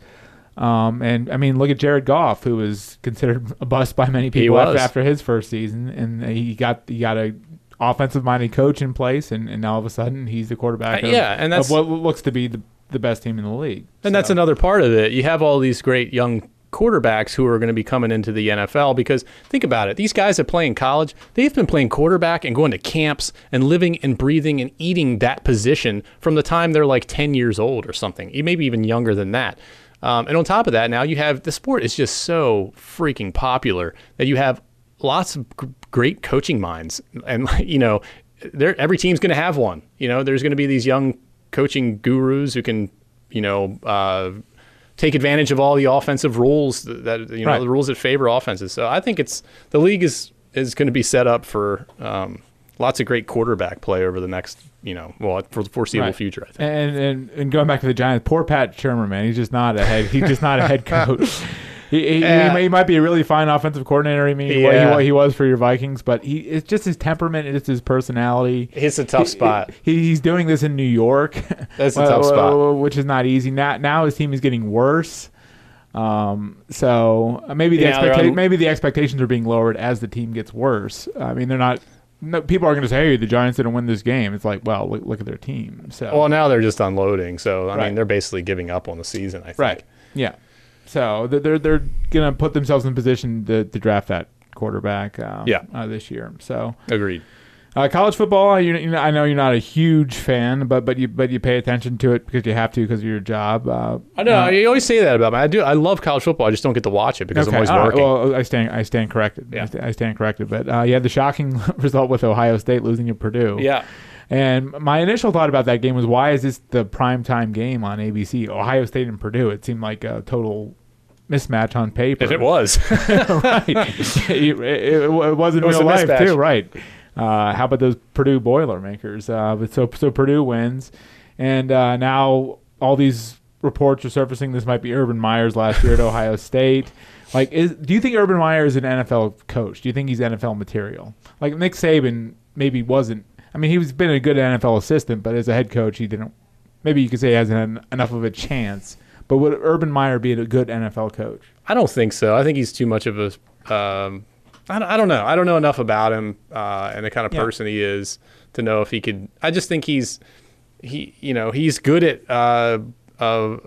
Speaker 1: Um, and I mean, look at Jared Goff, who was considered a bust by many people
Speaker 2: was.
Speaker 1: after, after his first season, and he got he got a offensive minded coach in place, and, and now all of a sudden he's the quarterback.
Speaker 2: Uh,
Speaker 1: of,
Speaker 2: yeah, and that's-
Speaker 1: of what looks to be the, the best team in the league.
Speaker 2: And that's
Speaker 1: So-
Speaker 2: another part of it. You have all these great young quarterbacks who are going to be coming into the NFL because think about it. These guys that play in college, they've been playing quarterback and going to camps and living and breathing and eating that position from the time they're like 10 years old or something, e- maybe even younger than that. Um, and on top of that, now you have the sport is just so freaking popular that you have lots of gr- great coaching minds and like, you know there every team's going to have one you know there's going to be these young coaching gurus who can you know uh, take advantage of all the offensive rules th- that you know
Speaker 1: Right.
Speaker 2: the rules that favor offenses so i think it's the league is is going to be set up for um, lots of great quarterback play over the next you know well for the foreseeable
Speaker 1: Right.
Speaker 2: future i think
Speaker 1: And, and and going back to the Giants, poor Pat Shermer, man, he's just not a head. He's just not a head coach. He, he,
Speaker 2: Yeah.
Speaker 1: he, may, he might be a really fine offensive coordinator. I mean, what
Speaker 2: Yeah.
Speaker 1: he, what he was for your Vikings, but he it's just his temperament. It's his personality.
Speaker 2: It's a tough
Speaker 1: He-
Speaker 2: spot.
Speaker 1: He, he's doing this in New York.
Speaker 2: That's a
Speaker 1: Well,
Speaker 2: tough spot.
Speaker 1: well, which is not easy. Now now his team is getting worse. Um, so uh, maybe the
Speaker 2: Yeah, they're
Speaker 1: expecta-
Speaker 2: on-
Speaker 1: maybe the expectations are being lowered as the team gets worse. I mean, they're not. No, people are going to say, "Hey, the Giants didn't win this game." It's like, well, look, look at their team. So
Speaker 2: well now they're just unloading so i mean
Speaker 1: Right.
Speaker 2: they're basically giving up on the season i think
Speaker 1: Right. Yeah. So they're they're, they're gonna put themselves in position to, to draft that quarterback. Uh,
Speaker 2: Yeah.
Speaker 1: Uh, this year. So
Speaker 2: agreed
Speaker 1: Uh, college football, you, you know, I know you're not a huge fan, but but you but you pay attention to it because you have to because of your job. Uh,
Speaker 2: I know you always say that about me. I do. I love college football. I just don't get to watch it because I'm always
Speaker 1: all right,
Speaker 2: working.
Speaker 1: well, I stand I stand corrected. I,
Speaker 2: Yeah.
Speaker 1: st- I stand corrected. But uh, you had the shocking result with Ohio State losing to Purdue.
Speaker 2: yeah.
Speaker 1: And my initial thought about that game was, why is this the prime time game on ABC? Ohio State and Purdue. It seemed like a total mismatch on paper.
Speaker 2: If it was,
Speaker 1: right. it, it, it wasn't
Speaker 2: It was
Speaker 1: real
Speaker 2: a
Speaker 1: life
Speaker 2: mismatch.
Speaker 1: too, right? Uh, how about those Purdue Boilermakers? Uh, but so so Purdue wins, and uh, now all these reports are surfacing. This might be Urban Meyer's last year at Ohio State. Like, is do you think Urban Meyer is an NFL coach? Do you think he's NFL material? Like Nick Saban maybe wasn't. I mean, he was been a good NFL assistant, but as a head coach, he didn't. Maybe you could say he hasn't had enough of a chance. But would Urban Meyer be a good NFL coach?
Speaker 2: I don't think so. I think he's too much of a. Um, I, don't, I don't know. I don't know enough about him uh, and the kind of
Speaker 1: Yeah.
Speaker 2: person he is to know if he could. I just think he's he. You know, he's good at uh, uh,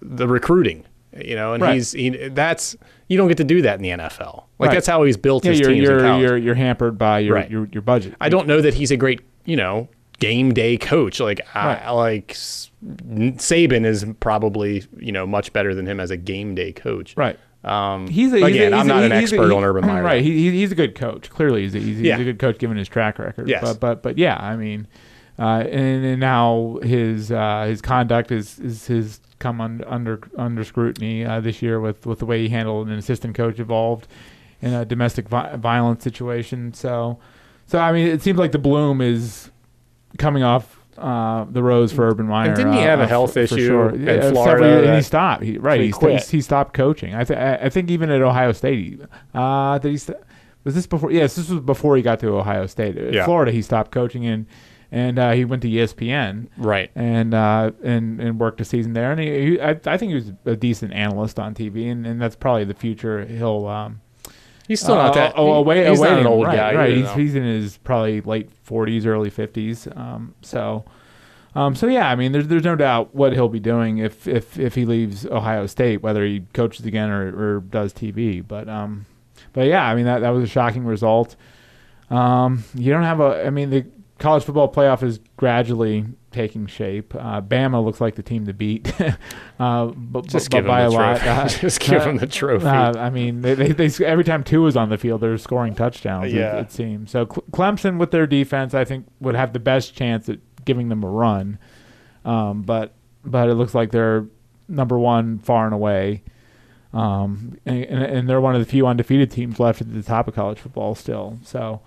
Speaker 2: the recruiting. You know, and
Speaker 1: Right.
Speaker 2: he's he, that's you don't get to do that in the NFL. Like
Speaker 1: Right.
Speaker 2: that's how he's built
Speaker 1: yeah,
Speaker 2: his
Speaker 1: you're
Speaker 2: teams. in
Speaker 1: you're,
Speaker 2: college.
Speaker 1: you're you're hampered by your
Speaker 2: Right.
Speaker 1: your, your budget.
Speaker 2: I don't know that he's a great, you know, game day coach. Like I,
Speaker 1: Right.
Speaker 2: like S- Saban is probably, you know, much better than him as a game day coach.
Speaker 1: right.
Speaker 2: Um,
Speaker 1: He's a,
Speaker 2: again,
Speaker 1: i
Speaker 2: I'm not an expert on Urban Meyer.
Speaker 1: Right. He, he- he's a good coach. Clearly, he's a, he's, a-
Speaker 2: Yeah.
Speaker 1: he's a good coach given his track record.
Speaker 2: Yes.
Speaker 1: But but but yeah, I mean, uh, and, and now his uh, his conduct is is his come un, under under scrutiny uh, this year with with the way he handled an assistant coach involved in a domestic vi- violence situation. So so I mean, it seems like the bloom is coming off. Uh, the rose for Urban Meyer.
Speaker 2: didn't he
Speaker 1: uh,
Speaker 2: have a
Speaker 1: uh,
Speaker 2: health
Speaker 1: for- for
Speaker 2: issue
Speaker 1: sure.
Speaker 2: in
Speaker 1: Yeah, several
Speaker 2: Florida
Speaker 1: years- and he
Speaker 2: that-
Speaker 1: stopped. He, right,
Speaker 2: So he
Speaker 1: he, st-
Speaker 2: quit.
Speaker 1: he stopped coaching. I, th- I I think even at Ohio State, he- uh, did he? St- was this before? Yes, this was before he got to Ohio State. At
Speaker 2: Yeah.
Speaker 1: Florida, he stopped coaching and and uh, he went to ESPN
Speaker 2: Right.
Speaker 1: and uh, and and worked a season there. And he, he I, I think he was a decent analyst on TV, and, and that's probably the future. He'll um,
Speaker 2: He's still not
Speaker 1: uh,
Speaker 2: that.
Speaker 1: Oh, away,
Speaker 2: he's
Speaker 1: away
Speaker 2: not an old
Speaker 1: right,
Speaker 2: guy.
Speaker 1: Right,
Speaker 2: you
Speaker 1: he's,
Speaker 2: know.
Speaker 1: he's in his probably late forties, early fifties. Um, so, um, so yeah, I mean, there's there's no doubt what he'll be doing if if if he leaves Ohio State, whether he coaches again or, or does TV. But um, but yeah, I mean that that was a shocking result. Um, you don't have a. I mean, the college football playoff is gradually taking shape. Uh, Bama looks like the team to beat. uh, but,
Speaker 2: just
Speaker 1: but
Speaker 2: give him
Speaker 1: by
Speaker 2: the
Speaker 1: a lot.
Speaker 2: trophy.
Speaker 1: Uh,
Speaker 2: just give him
Speaker 1: uh,
Speaker 2: the trophy.
Speaker 1: uh, I mean, they, they, they every time two is on the field, they're scoring touchdowns.
Speaker 2: Yeah.
Speaker 1: It, it seems so. Cle- Clemson with their defense, I think, would have the best chance at giving them a run. Um, but but it looks like they're number one far and away, um, and, and, and they're one of the few undefeated teams left at the top of college football still. So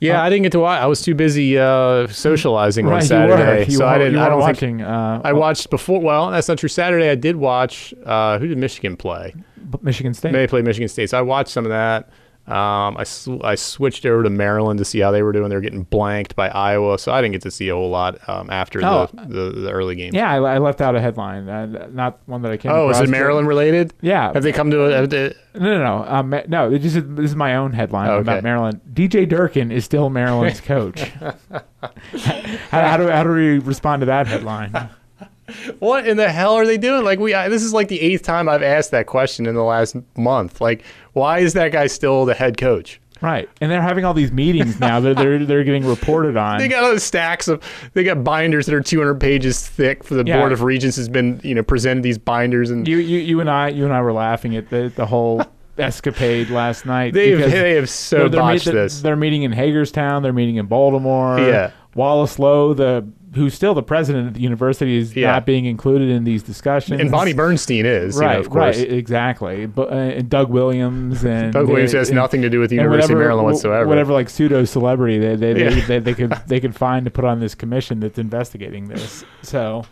Speaker 2: yeah, I didn't get to watch. I was too busy uh, socializing on
Speaker 1: Right, you were.
Speaker 2: Saturday,
Speaker 1: You
Speaker 2: so I
Speaker 1: were-
Speaker 2: didn't.
Speaker 1: you
Speaker 2: I
Speaker 1: were
Speaker 2: don't think
Speaker 1: watching. uh,
Speaker 2: I watched before. Well, that's not true. Saturday, I did watch. Uh, who did Michigan play?
Speaker 1: Michigan State.
Speaker 2: They played Michigan State. So I watched some of that. Um, I, sw- I switched over to Maryland to see how they were doing. They were getting blanked by Iowa, so I didn't get to see a whole lot um, after
Speaker 1: Oh.
Speaker 2: the, the, the early game.
Speaker 1: Yeah, I, I left out a headline, uh, not one that I came.
Speaker 2: Oh, is
Speaker 1: across.
Speaker 2: it Maryland related?
Speaker 1: Yeah,
Speaker 2: Have they come to a, have they-
Speaker 1: No, no, no. Um, ma- no, this is, this is my own headline
Speaker 2: Okay.
Speaker 1: about Maryland. DJ Durkin is still Maryland's coach. how, how, do, how do we respond to that headline?
Speaker 2: What in the hell are they doing? Like we, I, this is like the eighth time I've asked that question in the last month. Like, why is that guy still the head coach?
Speaker 1: right. And they're having all these meetings now that they're, they're getting reported on.
Speaker 2: They got all the stacks of, they got binders that are 200 pages thick. For the
Speaker 1: Yeah.
Speaker 2: board of regents has been, you know, presented these binders and
Speaker 1: you, you, you and I, you and I were laughing at the, the whole escapade last night.
Speaker 2: they've
Speaker 1: because
Speaker 2: they have so
Speaker 1: they're, they're, meet-
Speaker 2: botched
Speaker 1: they're-
Speaker 2: this.
Speaker 1: they're meeting in Hagerstown. They're meeting in Baltimore.
Speaker 2: Yeah.
Speaker 1: Wallace Lowe, the who's still the president of the university, is
Speaker 2: Yeah.
Speaker 1: not being included in these discussions.
Speaker 2: And Bonnie Bernstein is, you know, of course.
Speaker 1: Right, e-, exactly. But, uh, and Doug Williams and
Speaker 2: Doug Williams
Speaker 1: uh,
Speaker 2: has
Speaker 1: and-
Speaker 2: nothing to do with the
Speaker 1: and
Speaker 2: University
Speaker 1: whatever-
Speaker 2: of Maryland
Speaker 1: wh-
Speaker 2: whatsoever.
Speaker 1: Whatever like pseudo celebrity they they, they,
Speaker 2: Yeah.
Speaker 1: they they could they could find to put on this commission that's investigating this. So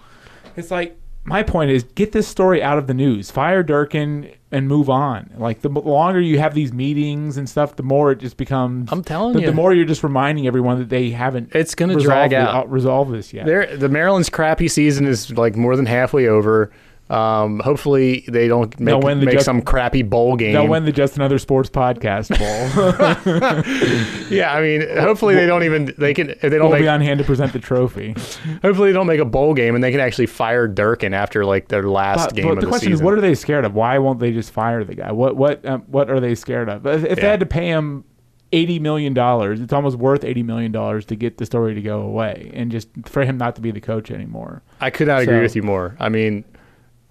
Speaker 1: it's like my point is get this story out of the news. Fire Durkin and move on. Like the m- longer you have these meetings and stuff, the more it just becomes.
Speaker 2: I'm telling
Speaker 1: the,
Speaker 2: you.
Speaker 1: the more you're just reminding everyone that they haven't.
Speaker 2: It's gonna
Speaker 1: resolved
Speaker 2: drag
Speaker 1: it-
Speaker 2: out.
Speaker 1: uh, resolve this yet.
Speaker 2: They're- the Maryland's crappy season is like more than halfway over. Um, hopefully they don't
Speaker 1: They'll
Speaker 2: make,
Speaker 1: win the
Speaker 2: make
Speaker 1: Jug-
Speaker 2: some crappy bowl game.
Speaker 1: They'll win the just another sports podcast bowl.
Speaker 2: Yeah, I mean, hopefully they don't even they can if they don't
Speaker 1: we'll be
Speaker 2: make
Speaker 1: on hand to present the trophy.
Speaker 2: hopefully they don't make a bowl game and they can actually fire Durkin after like their last game of
Speaker 1: the,
Speaker 2: the,
Speaker 1: question
Speaker 2: season.
Speaker 1: is, what are they scared of? Why won't they just fire the guy? What what um, what are they scared of? If, if they
Speaker 2: Yeah.
Speaker 1: had to pay him eighty million dollars. It's almost worth eighty million dollars to get the story to go away and just for him not to be the coach anymore.
Speaker 2: I could not agree
Speaker 1: So-
Speaker 2: with you more. I mean,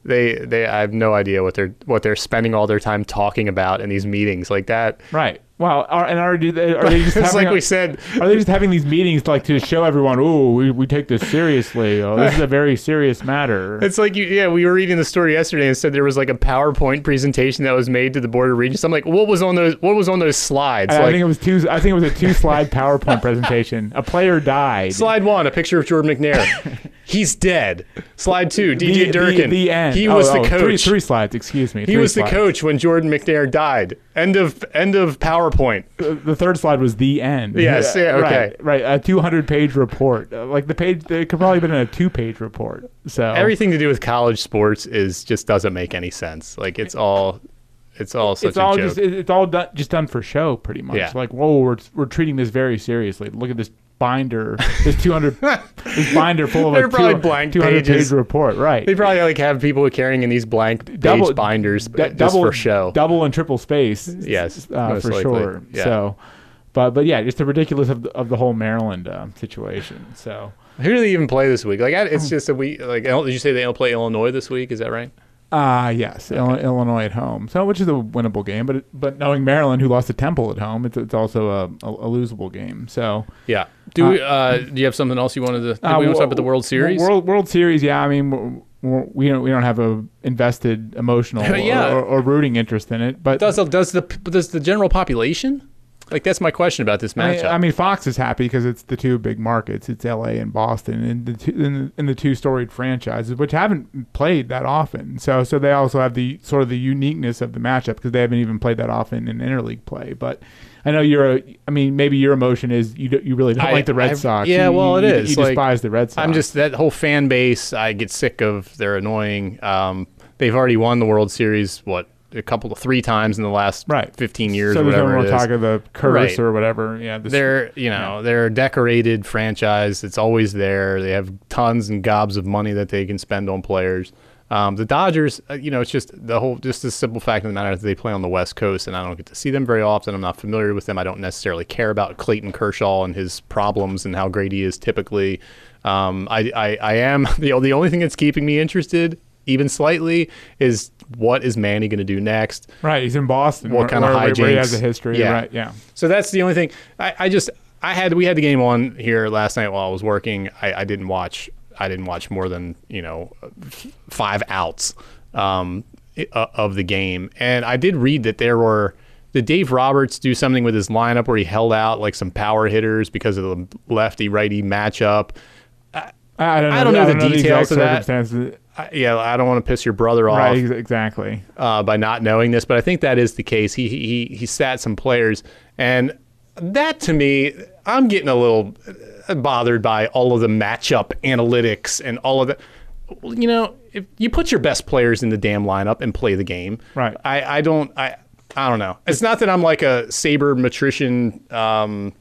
Speaker 2: they they I have no idea what they're what they're spending all their time talking about in these meetings like that.
Speaker 1: Right. Well, are, and are, do they, are they just
Speaker 2: It's
Speaker 1: having
Speaker 2: like
Speaker 1: a-
Speaker 2: we said.
Speaker 1: Are they just having these meetings like to show everyone? Oh, we, we take this seriously. Oh, this is a very serious matter.
Speaker 2: It's like you, yeah. We were reading the story yesterday and said there was like a PowerPoint presentation that was made to the Board of Regents. I'm like, what was on those? What was on those slides?
Speaker 1: I, I
Speaker 2: like,
Speaker 1: think it was two. I think it was a two-slide PowerPoint presentation. A player died.
Speaker 2: Slide one, a picture of Jordan McNair. He's dead. Slide two, DJ
Speaker 1: the,
Speaker 2: Durkin.
Speaker 1: The, the end.
Speaker 2: He
Speaker 1: Oh,
Speaker 2: was
Speaker 1: oh,
Speaker 2: the coach.
Speaker 1: Three, three slides. Excuse me.
Speaker 2: he was the coach when Jordan McNair died. End of end of
Speaker 1: coach.
Speaker 2: PowerPoint.
Speaker 1: The third slide was the end.
Speaker 2: Yes, yeah, okay.
Speaker 1: Right. right. A 200-page report. Uh, Like the page, it could probably have been in a two-page report. So
Speaker 2: Everything to do with college sports is just doesn't make any sense. Like it's all, it's all such
Speaker 1: it's all
Speaker 2: a joke.
Speaker 1: just it- it's all done, just done for show, pretty much.
Speaker 2: Yeah.
Speaker 1: Like, whoa, we're we're treating this very seriously. Look at this binder, this two hundred, this binder full of
Speaker 2: They're
Speaker 1: a
Speaker 2: probably blank
Speaker 1: two hundred page
Speaker 2: pages.
Speaker 1: report, right?
Speaker 2: they probably like have people carrying in these blank page
Speaker 1: Double-
Speaker 2: binders
Speaker 1: D-
Speaker 2: just for show.
Speaker 1: double and triple space.
Speaker 2: Yes,
Speaker 1: uh,
Speaker 2: most
Speaker 1: for
Speaker 2: likely.
Speaker 1: sure.
Speaker 2: Yeah.
Speaker 1: So, but but yeah, just the ridiculous of the, of the whole Maryland uh, situation. So.
Speaker 2: Who do they even play this week? Like I, it's just a week. Like I don't- did you say they don't play Illinois this week? Is that right?
Speaker 1: Ah, yes, Illi- Illinois at home. So, which is a winnable game, but but knowing Maryland, who lost to Temple at home, it's, it's also a, a, a losable game. So,
Speaker 2: Yeah. Do we, uh, do you have something else you wanted to? Did
Speaker 1: Uh,
Speaker 2: we want to talk
Speaker 1: wo-
Speaker 2: about the World
Speaker 1: wo-
Speaker 2: Series?
Speaker 1: World World Series, yeah. I mean, we're, we're, we don't we don't have a invested emotional
Speaker 2: Yeah.
Speaker 1: or, or rooting interest in it, but
Speaker 2: Does the, does the does the general population? Like that's my question about this
Speaker 1: I,
Speaker 2: matchup.
Speaker 1: I mean, Fox is happy because it's the two big markets. It's L.A. and Boston, and the two, and, and the two storied franchises, which haven't played that often. So, so they also have the sort of the uniqueness of the matchup because they haven't even played that often in interleague play. But I know you're. A, I mean, maybe your emotion is you. Do, you really don't
Speaker 2: I-
Speaker 1: like the Red
Speaker 2: I-
Speaker 1: Sox.
Speaker 2: yeah,
Speaker 1: You-
Speaker 2: well, it
Speaker 1: you, you,
Speaker 2: is,
Speaker 1: You
Speaker 2: like,
Speaker 1: despise the Red Sox.
Speaker 2: I'm just that whole fan base. I get sick of. They're annoying. Um, they've already won the World Series. What a couple of three times in the last
Speaker 1: Right.
Speaker 2: 15 years.
Speaker 1: So
Speaker 2: or
Speaker 1: there's no
Speaker 2: whatever
Speaker 1: more
Speaker 2: it is.
Speaker 1: talk of the curse
Speaker 2: Right.
Speaker 1: or whatever. Yeah, this,
Speaker 2: They're you know they're a decorated franchise. It's always there. They have tons and gobs of money that they can spend on players. Um, the Dodgers, uh, you know, it's just the whole just the simple fact of the matter that they play on the West Coast, and I don't get to see them very often. I'm not familiar with them. I don't necessarily care about Clayton Kershaw and his problems and how great he is typically. Um, I, I I am the the only thing that's keeping me interested, even slightly, is what is Manny going to do next.
Speaker 1: right. He's in Boston.
Speaker 2: What
Speaker 1: where-
Speaker 2: kind of
Speaker 1: where, Where he
Speaker 2: hijinks?
Speaker 1: has a history.
Speaker 2: Yeah.
Speaker 1: Right. Yeah.
Speaker 2: So that's the only thing. I, I just I had we had the game on here last night while I was working. I, I didn't watch I didn't watch more than you know five outs um, i- uh, of the game, and I did read that there were. Did Dave Roberts do something with his lineup where he held out like some power hitters because of the lefty righty matchup?
Speaker 1: I, I don't know.
Speaker 2: I don't know the
Speaker 1: exact
Speaker 2: details of that.
Speaker 1: circumstances.
Speaker 2: I, yeah, I don't want to piss your brother off.
Speaker 1: Right. ex- Exactly.
Speaker 2: uh, by not knowing this, but I think that is the case. He he he- he sat some players, and that to me, I'm getting a little uh, bothered by all of the matchup analytics and all of that. Well, You know, if you put your best players in the damn lineup and play the game,
Speaker 1: Right.
Speaker 2: I I don't I I don't know. It's not that I'm like a saber matrician um,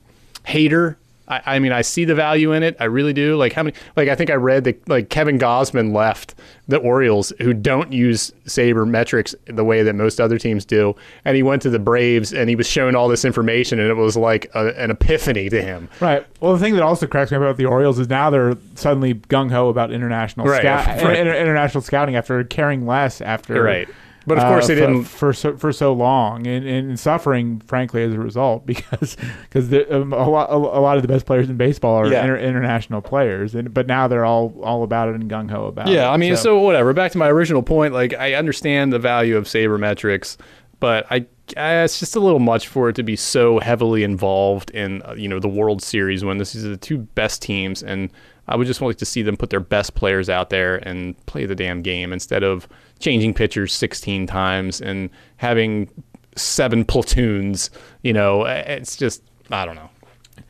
Speaker 2: hater. I, I mean, I see the value in it. I really do. Like how many? Like I think I read that like Kevin Gosman left the Orioles, who don't use saber metrics the way that most other teams do, and he went to the Braves, and he was shown all this information, and it was like a, an epiphany to him.
Speaker 1: Right. Well, the thing that also cracks me up about the Orioles is now they're suddenly gung ho about international
Speaker 2: Right,
Speaker 1: scout,
Speaker 2: right.
Speaker 1: inter- inter- international scouting after caring less after. uh,
Speaker 2: Right. But of course they
Speaker 1: for-
Speaker 2: didn't-
Speaker 1: for so, for so long and, and suffering frankly as a result because because um, a lot a, lot of the best players in baseball are
Speaker 2: Yeah.
Speaker 1: inter- international players and but now they're all all about it and gung ho about it.
Speaker 2: Yeah, I mean, so. whatever. Back to my original point, like I understand the value of sabermetrics, but I, I it's just a little much for it to be so heavily involved in uh, you know the World Series when this is the two best teams, and I would just like to see them put their best players out there and play the damn game instead of changing pitchers 16 times and having seven platoons. You know, Uh, it's just I don't know.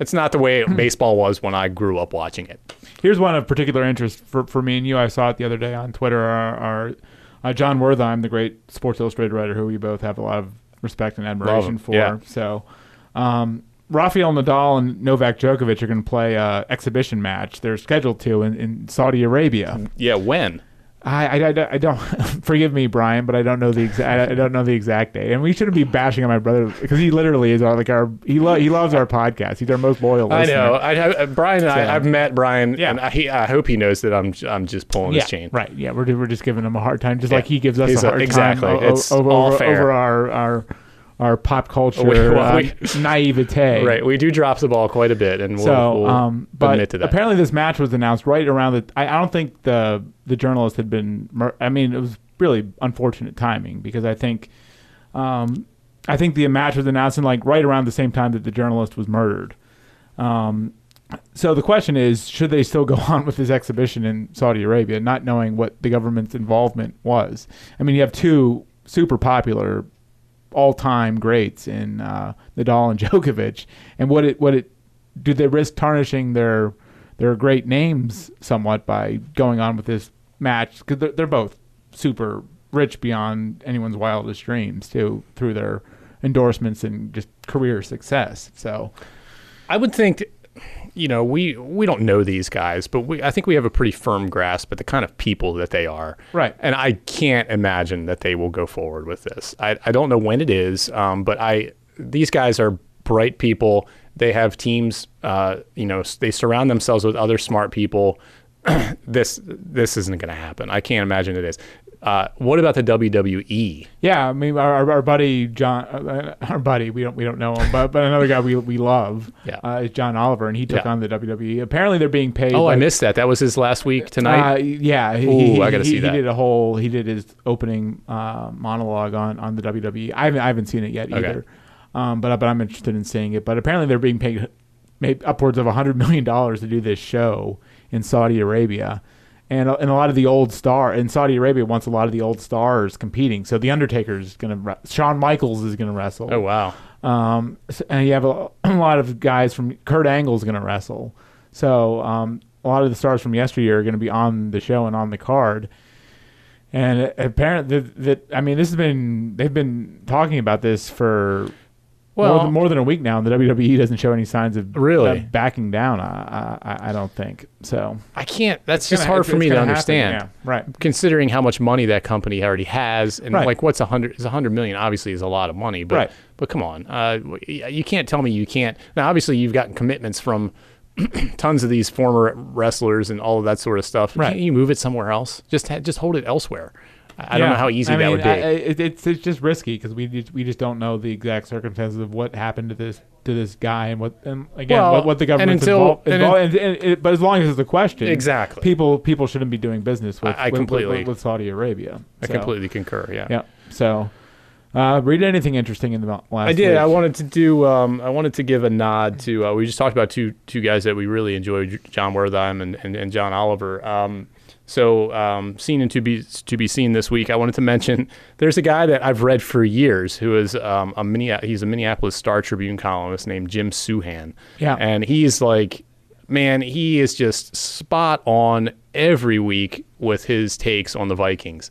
Speaker 2: It's not the way baseball was when I grew up watching it.
Speaker 1: Here's one of particular interest for, for me and you. I saw it the other day on Twitter. Our, our uh, John Wertheim, the great Sports Illustrated writer, who we both have a lot of respect and
Speaker 2: Love him,
Speaker 1: admiration for.
Speaker 2: yeah.
Speaker 1: So, um, Rafael Nadal and Novak Djokovic are going to play an exhibition
Speaker 2: Hmm.
Speaker 1: match. They're scheduled to in, in Saudi Arabia.
Speaker 2: Yeah, when?
Speaker 1: I, I, I- I don't. forgive me, Brian, but I don't know the exact. I don't know the exact date, and we shouldn't be bashing on my brother because he literally is our, like our. He lo- he loves our podcast. He's our most loyal.
Speaker 2: I
Speaker 1: listener.
Speaker 2: know. I, I, Brian, and
Speaker 1: So-
Speaker 2: I, I've met Brian,
Speaker 1: Yeah.
Speaker 2: and I, he, I hope he knows that I'm I'm just pulling
Speaker 1: Yeah,
Speaker 2: his chain.
Speaker 1: right. Yeah, we're we're just giving him a hard time, just
Speaker 2: Yeah.
Speaker 1: like he gives us
Speaker 2: He's
Speaker 1: a
Speaker 2: a-
Speaker 1: hard
Speaker 2: exactly.
Speaker 1: time o-
Speaker 2: It's
Speaker 1: o- over,
Speaker 2: all fair.
Speaker 1: over our our our pop culture
Speaker 2: We- well,
Speaker 1: uh,
Speaker 2: we-
Speaker 1: naivete.
Speaker 2: Right. We do drop the ball quite a bit, and we'll,
Speaker 1: So,
Speaker 2: we'll
Speaker 1: um, but
Speaker 2: admit to that.
Speaker 1: apparently this match was announced right around the. I, I don't think the the journalist had been. mur- I mean, it was really unfortunate timing because I think, um, I think the match was announced in like right around the same time that the journalist was murdered. Um, so the question is, should they still go on with this exhibition in Saudi Arabia, not knowing what the government's involvement was? I mean, you have two super popular, all-time greats in uh, Nadal and Djokovic, and what it what it do they risk tarnishing their their great names somewhat by going on with this match? Because they're, they're both super rich beyond anyone's wildest dreams too through their endorsements and just career success. So.
Speaker 2: I would think, you know, we we don't know these guys, but we I think we have a pretty firm grasp at the kind of people that they are.
Speaker 1: Right.
Speaker 2: And I can't imagine that they will go forward with this. I I don't know when it is, um, but I these guys are bright people. They have teams. Uh, you know, s- they surround themselves with other smart people. this this isn't going to happen. I can't imagine it is. Uh, what about the E? WWE?
Speaker 1: Yeah, I mean, our, our- our buddy John, uh, our buddy, we don't we don't know him, but but another guy we we love
Speaker 2: Yeah.
Speaker 1: uh, is John Oliver, and he took
Speaker 2: Yeah.
Speaker 1: on the WWE. Apparently, they're being paid.
Speaker 2: Oh, I
Speaker 1: like-
Speaker 2: missed that. That was his last week tonight.
Speaker 1: Uh, yeah, he,
Speaker 2: Ooh,
Speaker 1: he-
Speaker 2: I gotta
Speaker 1: he-
Speaker 2: see
Speaker 1: he
Speaker 2: that.
Speaker 1: did a whole. He did his opening uh, monologue on, on the WWE. I haven't I haven't seen it yet
Speaker 2: Okay.
Speaker 1: either, um, but but I'm interested in seeing it. But apparently, they're being paid maybe upwards of hundred million dollars to do this show in Saudi Arabia. And, a- and a lot of the old star in Saudi Arabia wants a lot of the old stars competing. So the Undertaker's going to re- Shawn Michaels is going to wrestle.
Speaker 2: oh wow.
Speaker 1: Um, s- and you have a, a lot of guys from Kurt Angle's going to wrestle. So um, a lot of the stars from yesteryear are going to be on the show and on the card. And apparently, that, that I mean, this has been they've been talking about this for
Speaker 2: Well-
Speaker 1: more, than, more than a week now. And the WWE doesn't show any signs of
Speaker 2: Really?
Speaker 1: of backing down. I, I I don't think so.
Speaker 2: I can't. That's
Speaker 1: It's
Speaker 2: just hard for me to understand.
Speaker 1: Right.
Speaker 2: considering how much money that company already has and
Speaker 1: Right.
Speaker 2: like what's a hundred is a hundred million obviously is a lot of money but
Speaker 1: Right.
Speaker 2: but come on uh, w- y- you can't tell me you can't now obviously you've gotten commitments from tons of these former wrestlers and all of that sort of stuff
Speaker 1: Right.
Speaker 2: can't you move it somewhere else just ha- just hold it elsewhere I I don't
Speaker 1: Yeah.
Speaker 2: know how easy
Speaker 1: I
Speaker 2: that
Speaker 1: mean,
Speaker 2: would be
Speaker 1: I, I, it, it's it's just risky because we just, we just don't know the exact circumstances of what happened to this to this guy and what and again
Speaker 2: Well,
Speaker 1: what, what the
Speaker 2: and
Speaker 1: government's
Speaker 2: until-
Speaker 1: involved.
Speaker 2: and
Speaker 1: involved and, and, it- but as long as it's a question,
Speaker 2: Exactly.
Speaker 1: people people shouldn't be doing business with
Speaker 2: I- I
Speaker 1: with- with-
Speaker 2: completely-
Speaker 1: with, Saudi Arabia.
Speaker 2: I
Speaker 1: So,
Speaker 2: completely concur yeah
Speaker 1: Yeah. So, uh, read anything interesting in the mo- last?
Speaker 2: I did.
Speaker 1: Week?
Speaker 2: I wanted to do. Um, I wanted to give a nod to. Uh, we just talked about two two guys that we really enjoyed, John Wertheim and, and, and John Oliver. Um, so um, seen and to be to be seen this week. I wanted to mention there's a guy that I've read for years who is um, a mini. He's a Minneapolis Star Tribune columnist named Jim Suhan.
Speaker 1: Yeah.
Speaker 2: and he's like, man, he is just spot on every week with his takes on the Vikings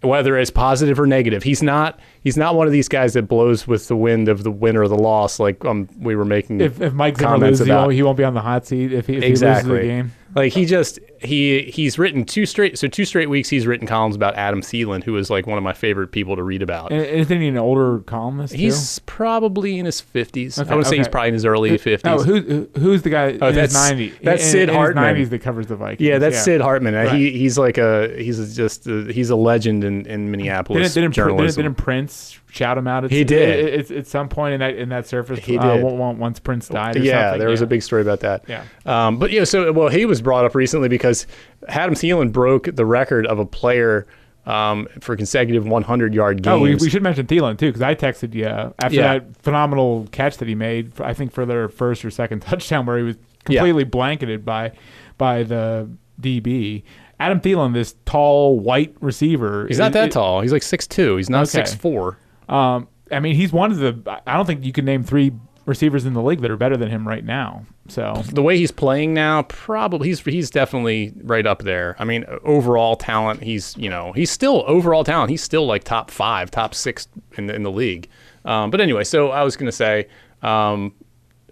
Speaker 2: whether it's positive or negative. He's not he's not one of these guys that blows with the wind of the win or the loss like um we were making
Speaker 1: If, if Mike Zimmer
Speaker 2: comments
Speaker 1: loses, he
Speaker 2: about.
Speaker 1: won't, he won't be on the hot seat if he, if he loses the game.
Speaker 2: Like he just he he's written two straight so two straight weeks he's written columns about Adam Thielen who is like one of my favorite people to read about.
Speaker 1: And Isn't he an older columnist? too?
Speaker 2: He's probably in his 50s. I
Speaker 1: Okay,
Speaker 2: would say he's
Speaker 1: okay.
Speaker 2: probably in his early 50s.
Speaker 1: Oh, who, who who's the guy? in
Speaker 2: Oh, that's-
Speaker 1: his 90?
Speaker 2: that's
Speaker 1: in,
Speaker 2: Sid
Speaker 1: in his
Speaker 2: Hartman.
Speaker 1: 90s that covers the Vikings.
Speaker 2: yeah, that's Sid Hartman. Uh,
Speaker 1: Right.
Speaker 2: He he's like a he's just a, he's a legend in, in Minneapolis
Speaker 1: Didn't, didn't, Pr- didn't,
Speaker 2: journalism.
Speaker 1: didn't Prince shout him out? At
Speaker 2: He did.
Speaker 1: At, at, at some point in that in that surface,
Speaker 2: He
Speaker 1: Uh,
Speaker 2: did.
Speaker 1: on- on- once Prince died. Or
Speaker 2: yeah,
Speaker 1: something.
Speaker 2: there was a big story about that.
Speaker 1: Yeah.
Speaker 2: Um, but yeah, so well, he was brought up recently because Adam Thielen broke the record of a player um, for consecutive 100 yard games.
Speaker 1: Oh, we, we should mention Thielen too, because I texted you uh, after
Speaker 2: Yeah.
Speaker 1: that phenomenal catch that he made. for- I think for their first or second touchdown, where he was
Speaker 2: Yeah.
Speaker 1: completely blanketed by by the DB. Adam Thielen, this tall white receiver,
Speaker 2: He's not
Speaker 1: it-
Speaker 2: that
Speaker 1: it-
Speaker 2: tall. He's like 6'2". He's not
Speaker 1: Okay.
Speaker 2: six 6'4".
Speaker 1: Um, I mean, he's one of the. I don't think you can name three receivers in the league that are better than him right now. So
Speaker 2: The way he's playing now, probably he's he's definitely right up there. I mean, overall talent, he's you know he's still overall talent. He's still like top five, top six in the in the league. Um, but anyway, so I was gonna say, um,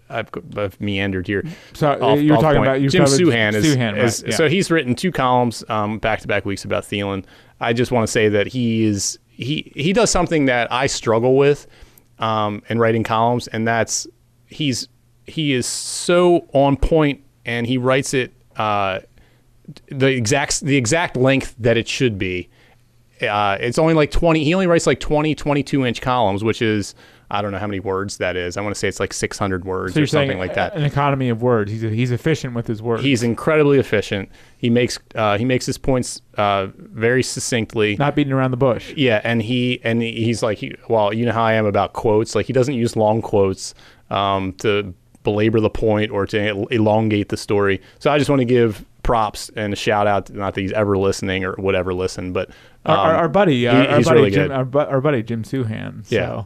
Speaker 2: I've, I've meandered here.
Speaker 1: So, uh, you were talking about- you
Speaker 2: Jim
Speaker 1: covered
Speaker 2: Suhan is,
Speaker 1: Suhan, right,
Speaker 2: is-
Speaker 1: yeah.
Speaker 2: so he's written two columns um, back-to-back weeks about Thielen. I just want to say that he is he he does something that I struggle with um, in writing columns, and that's he's he is so on point, and he writes it uh, the exact the exact length that it should be. Uh, it's only like 20 he only writes like 20 22 inch columns which is i don't know how many words that is i want to say it's like 600 words
Speaker 1: So
Speaker 2: or
Speaker 1: you're saying uh,
Speaker 2: something like that
Speaker 1: An economy of words. He's he's efficient with his words.
Speaker 2: He's incredibly efficient. He makes uh, he makes his points uh, very succinctly.
Speaker 1: not beating around the bush.
Speaker 2: yeah, and he and he's like, he, well, you know how I am about quotes. Like he doesn't use long quotes um, to belabor the point or to el- elongate the story. So I just want to give props and a shout out. Not that he's ever listening or would ever listen, but
Speaker 1: Our, our,
Speaker 2: um,
Speaker 1: our buddy,
Speaker 2: he-
Speaker 1: our, our
Speaker 2: he's
Speaker 1: buddy
Speaker 2: really
Speaker 1: Jim,
Speaker 2: good.
Speaker 1: our, bu- our buddy Jim Suhan. So.
Speaker 2: Yeah.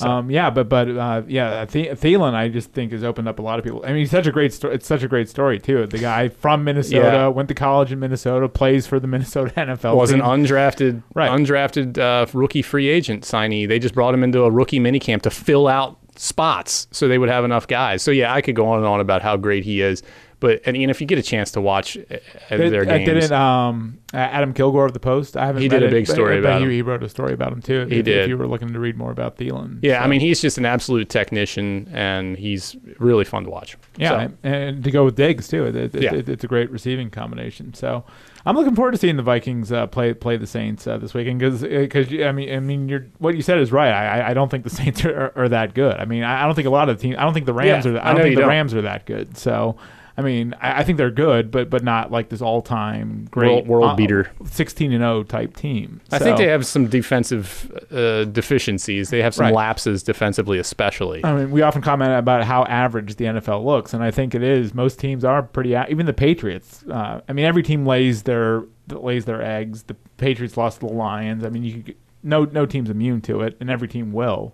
Speaker 1: Um, yeah, but but uh, yeah, Th- Thielen, I just think has opened up a lot of people. I mean, he's such a great story. It's such a great story too. The guy from Minnesota
Speaker 2: Yeah.
Speaker 1: went to college in Minnesota, plays for the Minnesota NFL.
Speaker 2: was an
Speaker 1: team.
Speaker 2: undrafted
Speaker 1: Right.
Speaker 2: undrafted uh, rookie free agent signee. They just brought him into a rookie minicamp to fill out spots so they would have enough guys. So yeah, I could go on and on about how great he is. But and, and if you get a chance to watch uh,
Speaker 1: They-
Speaker 2: their
Speaker 1: I
Speaker 2: games,
Speaker 1: didn't. Um, uh, Adam Kilgore of the Post. I haven't.
Speaker 2: He
Speaker 1: read
Speaker 2: did a
Speaker 1: it,
Speaker 2: big
Speaker 1: but-
Speaker 2: story
Speaker 1: but
Speaker 2: about
Speaker 1: he,
Speaker 2: him.
Speaker 1: He wrote a story about him too. if,
Speaker 2: He
Speaker 1: If
Speaker 2: did.
Speaker 1: you were looking to read more about Thielen.
Speaker 2: yeah, I
Speaker 1: So,
Speaker 2: mean he's just an absolute technician and he's really fun to watch. So,
Speaker 1: yeah, and to go with Diggs too. It, it,
Speaker 2: Yeah.
Speaker 1: it- it's a great receiving combination. So I'm looking forward to seeing the Vikings uh, play play the Saints uh, this weekend because I mean I mean you're, what you said is right. I I- I don't think the Saints are, are, are that good. I mean I I don't think a lot of the team. I don't think the Rams
Speaker 2: Yeah,
Speaker 1: are.
Speaker 2: I
Speaker 1: I don't
Speaker 2: know
Speaker 1: think
Speaker 2: you
Speaker 1: the
Speaker 2: don't.
Speaker 1: Rams are that good. So. I mean, I I think they're good, but but not like this all-time great
Speaker 2: World- world
Speaker 1: uh,
Speaker 2: beater.
Speaker 1: sixteen and zero type team.
Speaker 2: I think
Speaker 1: So-
Speaker 2: they have some defensive uh, deficiencies. They have some
Speaker 1: Right.
Speaker 2: lapses defensively, especially.
Speaker 1: I mean, we often comment about how average the NFL looks, and I think it is. Most teams are pretty. a- Even the Patriots. Uh, I mean, every team lays their lays their eggs. The Patriots lost to the Lions. I mean, you could, no no team's immune to it, and every team will.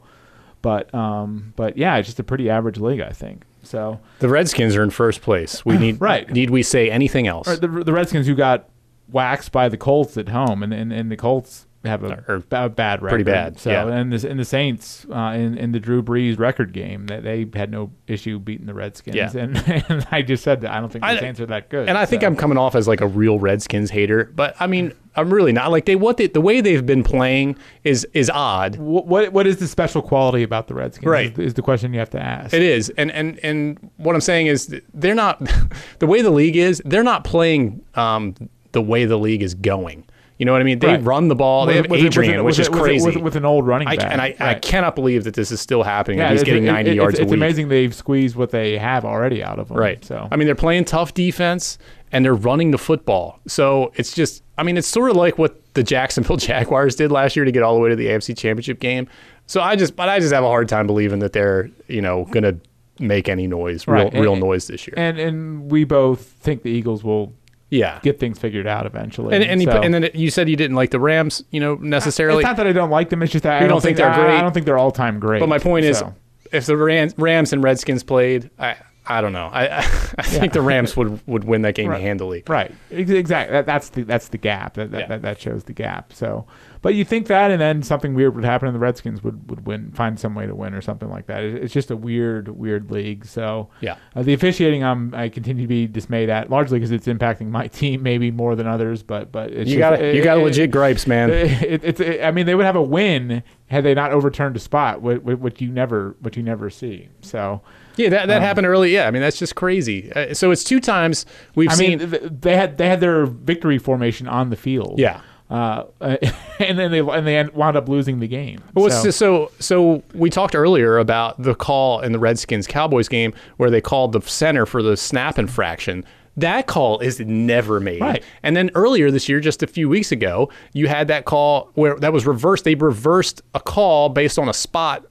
Speaker 1: But um, but yeah, it's just a pretty average league, I think. So
Speaker 2: the Redskins are in first place. We need
Speaker 1: Right.
Speaker 2: Need we say anything else?
Speaker 1: or the the Redskins who got waxed by the Colts at home, and and, and the Colts have a,
Speaker 2: Are-
Speaker 1: ba- a bad record,
Speaker 2: pretty bad,
Speaker 1: So
Speaker 2: yeah.
Speaker 1: and the and the Saints uh, in in the Drew Brees record game, that they, had no issue beating the Redskins.
Speaker 2: Yeah.
Speaker 1: And, and I just said that I don't think the
Speaker 2: I-
Speaker 1: Saints are that good.
Speaker 2: And I think
Speaker 1: so.
Speaker 2: I'm coming off as like a real Redskins hater, but I mean, I'm really not. Like they what they, the way they've been playing is is odd.
Speaker 1: Wh- What what is the special quality about the Redskins?
Speaker 2: Right.
Speaker 1: is, is the question you have to ask.
Speaker 2: It is, and and and what I'm saying is th- they're not the way the league is. They're not playing um, the way the league is going. You know what I mean? They
Speaker 1: Right.
Speaker 2: run the ball.
Speaker 1: With-
Speaker 2: they have
Speaker 1: with- with-
Speaker 2: Adrian,
Speaker 1: with-
Speaker 2: which
Speaker 1: with-
Speaker 2: is
Speaker 1: with-
Speaker 2: crazy.
Speaker 1: with, with an old running
Speaker 2: I,
Speaker 1: back.
Speaker 2: and I, I
Speaker 1: Right.
Speaker 2: cannot believe that this is still happening. that
Speaker 1: Yeah,
Speaker 2: he's
Speaker 1: it's-
Speaker 2: getting
Speaker 1: it-
Speaker 2: 90
Speaker 1: it-
Speaker 2: yards
Speaker 1: It's,
Speaker 2: a
Speaker 1: it's
Speaker 2: week.
Speaker 1: amazing they've squeezed what they have already out of them.
Speaker 2: Right.
Speaker 1: So
Speaker 2: I mean, they're playing tough defense and they're running the football. So it's just, I mean, it's sort of like what the Jacksonville Jaguars did last year to get all the way to the AFC Championship game. So I just, but I just have a hard time believing that they're, you know, going to make any noise,
Speaker 1: Right.
Speaker 2: real, real
Speaker 1: And-
Speaker 2: noise this year.
Speaker 1: and and we both think the Eagles will
Speaker 2: yeah.
Speaker 1: get things figured out eventually.
Speaker 2: and, and, you
Speaker 1: so-
Speaker 2: put- and then you said you didn't like the Rams, you know, necessarily.
Speaker 1: It's not that I don't like them. It's just that I
Speaker 2: You
Speaker 1: don't,
Speaker 2: don't think
Speaker 1: think
Speaker 2: they're
Speaker 1: I- I,
Speaker 2: great.
Speaker 1: don't think they're all time great.
Speaker 2: But my point is,
Speaker 1: So,
Speaker 2: if the Rams, Rams and Redskins played, I, I don't know. I, I, think the Rams would, would win that game
Speaker 1: Right.
Speaker 2: handily.
Speaker 1: right, Ex- exactly. That, that's the that's the gap. That that,
Speaker 2: Yeah.
Speaker 1: that that shows the gap. So, but you think that, and then something weird would happen, and the Redskins would would win, find some way to win, or something like that. It, it's just a weird, weird league. So,
Speaker 2: Yeah.
Speaker 1: uh, the officiating, I'm I continue to be dismayed at, largely because it's impacting my team maybe more than others. But but it's
Speaker 2: You
Speaker 1: just-
Speaker 2: got you
Speaker 1: it-
Speaker 2: got
Speaker 1: it-
Speaker 2: legit gripes, man.
Speaker 1: it, it's it, I mean they would have a win had they not overturned a spot, which, which you never which you never see. So
Speaker 2: Yeah, that, that
Speaker 1: Um,
Speaker 2: happened early. Yeah, I mean that's just crazy. Uh, so it's two times we've
Speaker 1: I
Speaker 2: seen.
Speaker 1: mean th- they had they had their victory formation on the field.
Speaker 2: Yeah.
Speaker 1: Uh, and then they and they end- wound up losing the game.
Speaker 2: well,
Speaker 1: So-
Speaker 2: so. so so we talked earlier about the call in the Redskins Cowboys game where they called the center for the snap infraction. That call is never made.
Speaker 1: Right.
Speaker 2: And then earlier this year, just a few weeks ago, you had that call where that was reversed. They reversed a call based on a spot.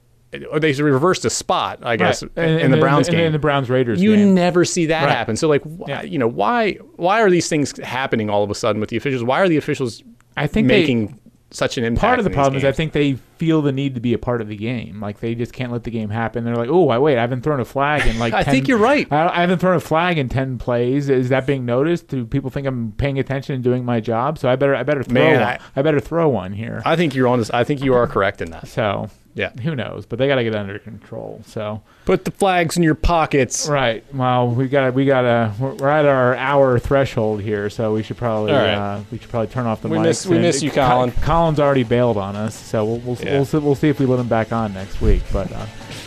Speaker 2: Or they reversed a spot, I guess,
Speaker 1: Right.
Speaker 2: in, the Browns
Speaker 1: and,
Speaker 2: game.
Speaker 1: in the Browns Raiders
Speaker 2: you
Speaker 1: game.
Speaker 2: never see that
Speaker 1: Right.
Speaker 2: happen. So like, wh-
Speaker 1: Yeah.
Speaker 2: you know, why why are these things happening all of a sudden with the officials? Why are the officials?
Speaker 1: I think they-
Speaker 2: making such an impact.
Speaker 1: Part of the
Speaker 2: in these
Speaker 1: problem is I
Speaker 2: games?
Speaker 1: think they feel the need to be a part of the game. Like they just can't let the game happen. They're like, oh, I wait, I haven't thrown a flag in like.
Speaker 2: I
Speaker 1: 10
Speaker 2: think you're right.
Speaker 1: I, I haven't thrown a flag in ten plays. Is that being noticed? Do people think I'm paying attention and doing my job? So I better I better throw
Speaker 2: Man,
Speaker 1: one. I,
Speaker 2: I-
Speaker 1: better throw one here.
Speaker 2: I think you're on this. I think you are correct in that.
Speaker 1: so
Speaker 2: Yeah.
Speaker 1: Who knows? But they got to get under control. So
Speaker 2: Put the flags in your pockets.
Speaker 1: right. Well, we got to we got to we're, we're at our hour threshold here, so we should probably
Speaker 4: All right.
Speaker 1: uh, we should probably turn off the
Speaker 4: We
Speaker 1: mics
Speaker 4: miss- we
Speaker 1: and-
Speaker 4: miss you,
Speaker 1: Co-
Speaker 4: Colin.
Speaker 1: Colin's already bailed on us, so we'll we'll,
Speaker 2: Yeah.
Speaker 1: we'll, see, we'll see if we let him back on next week. But uh,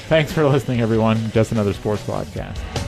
Speaker 1: thanks for listening, everyone. Just another sports podcast.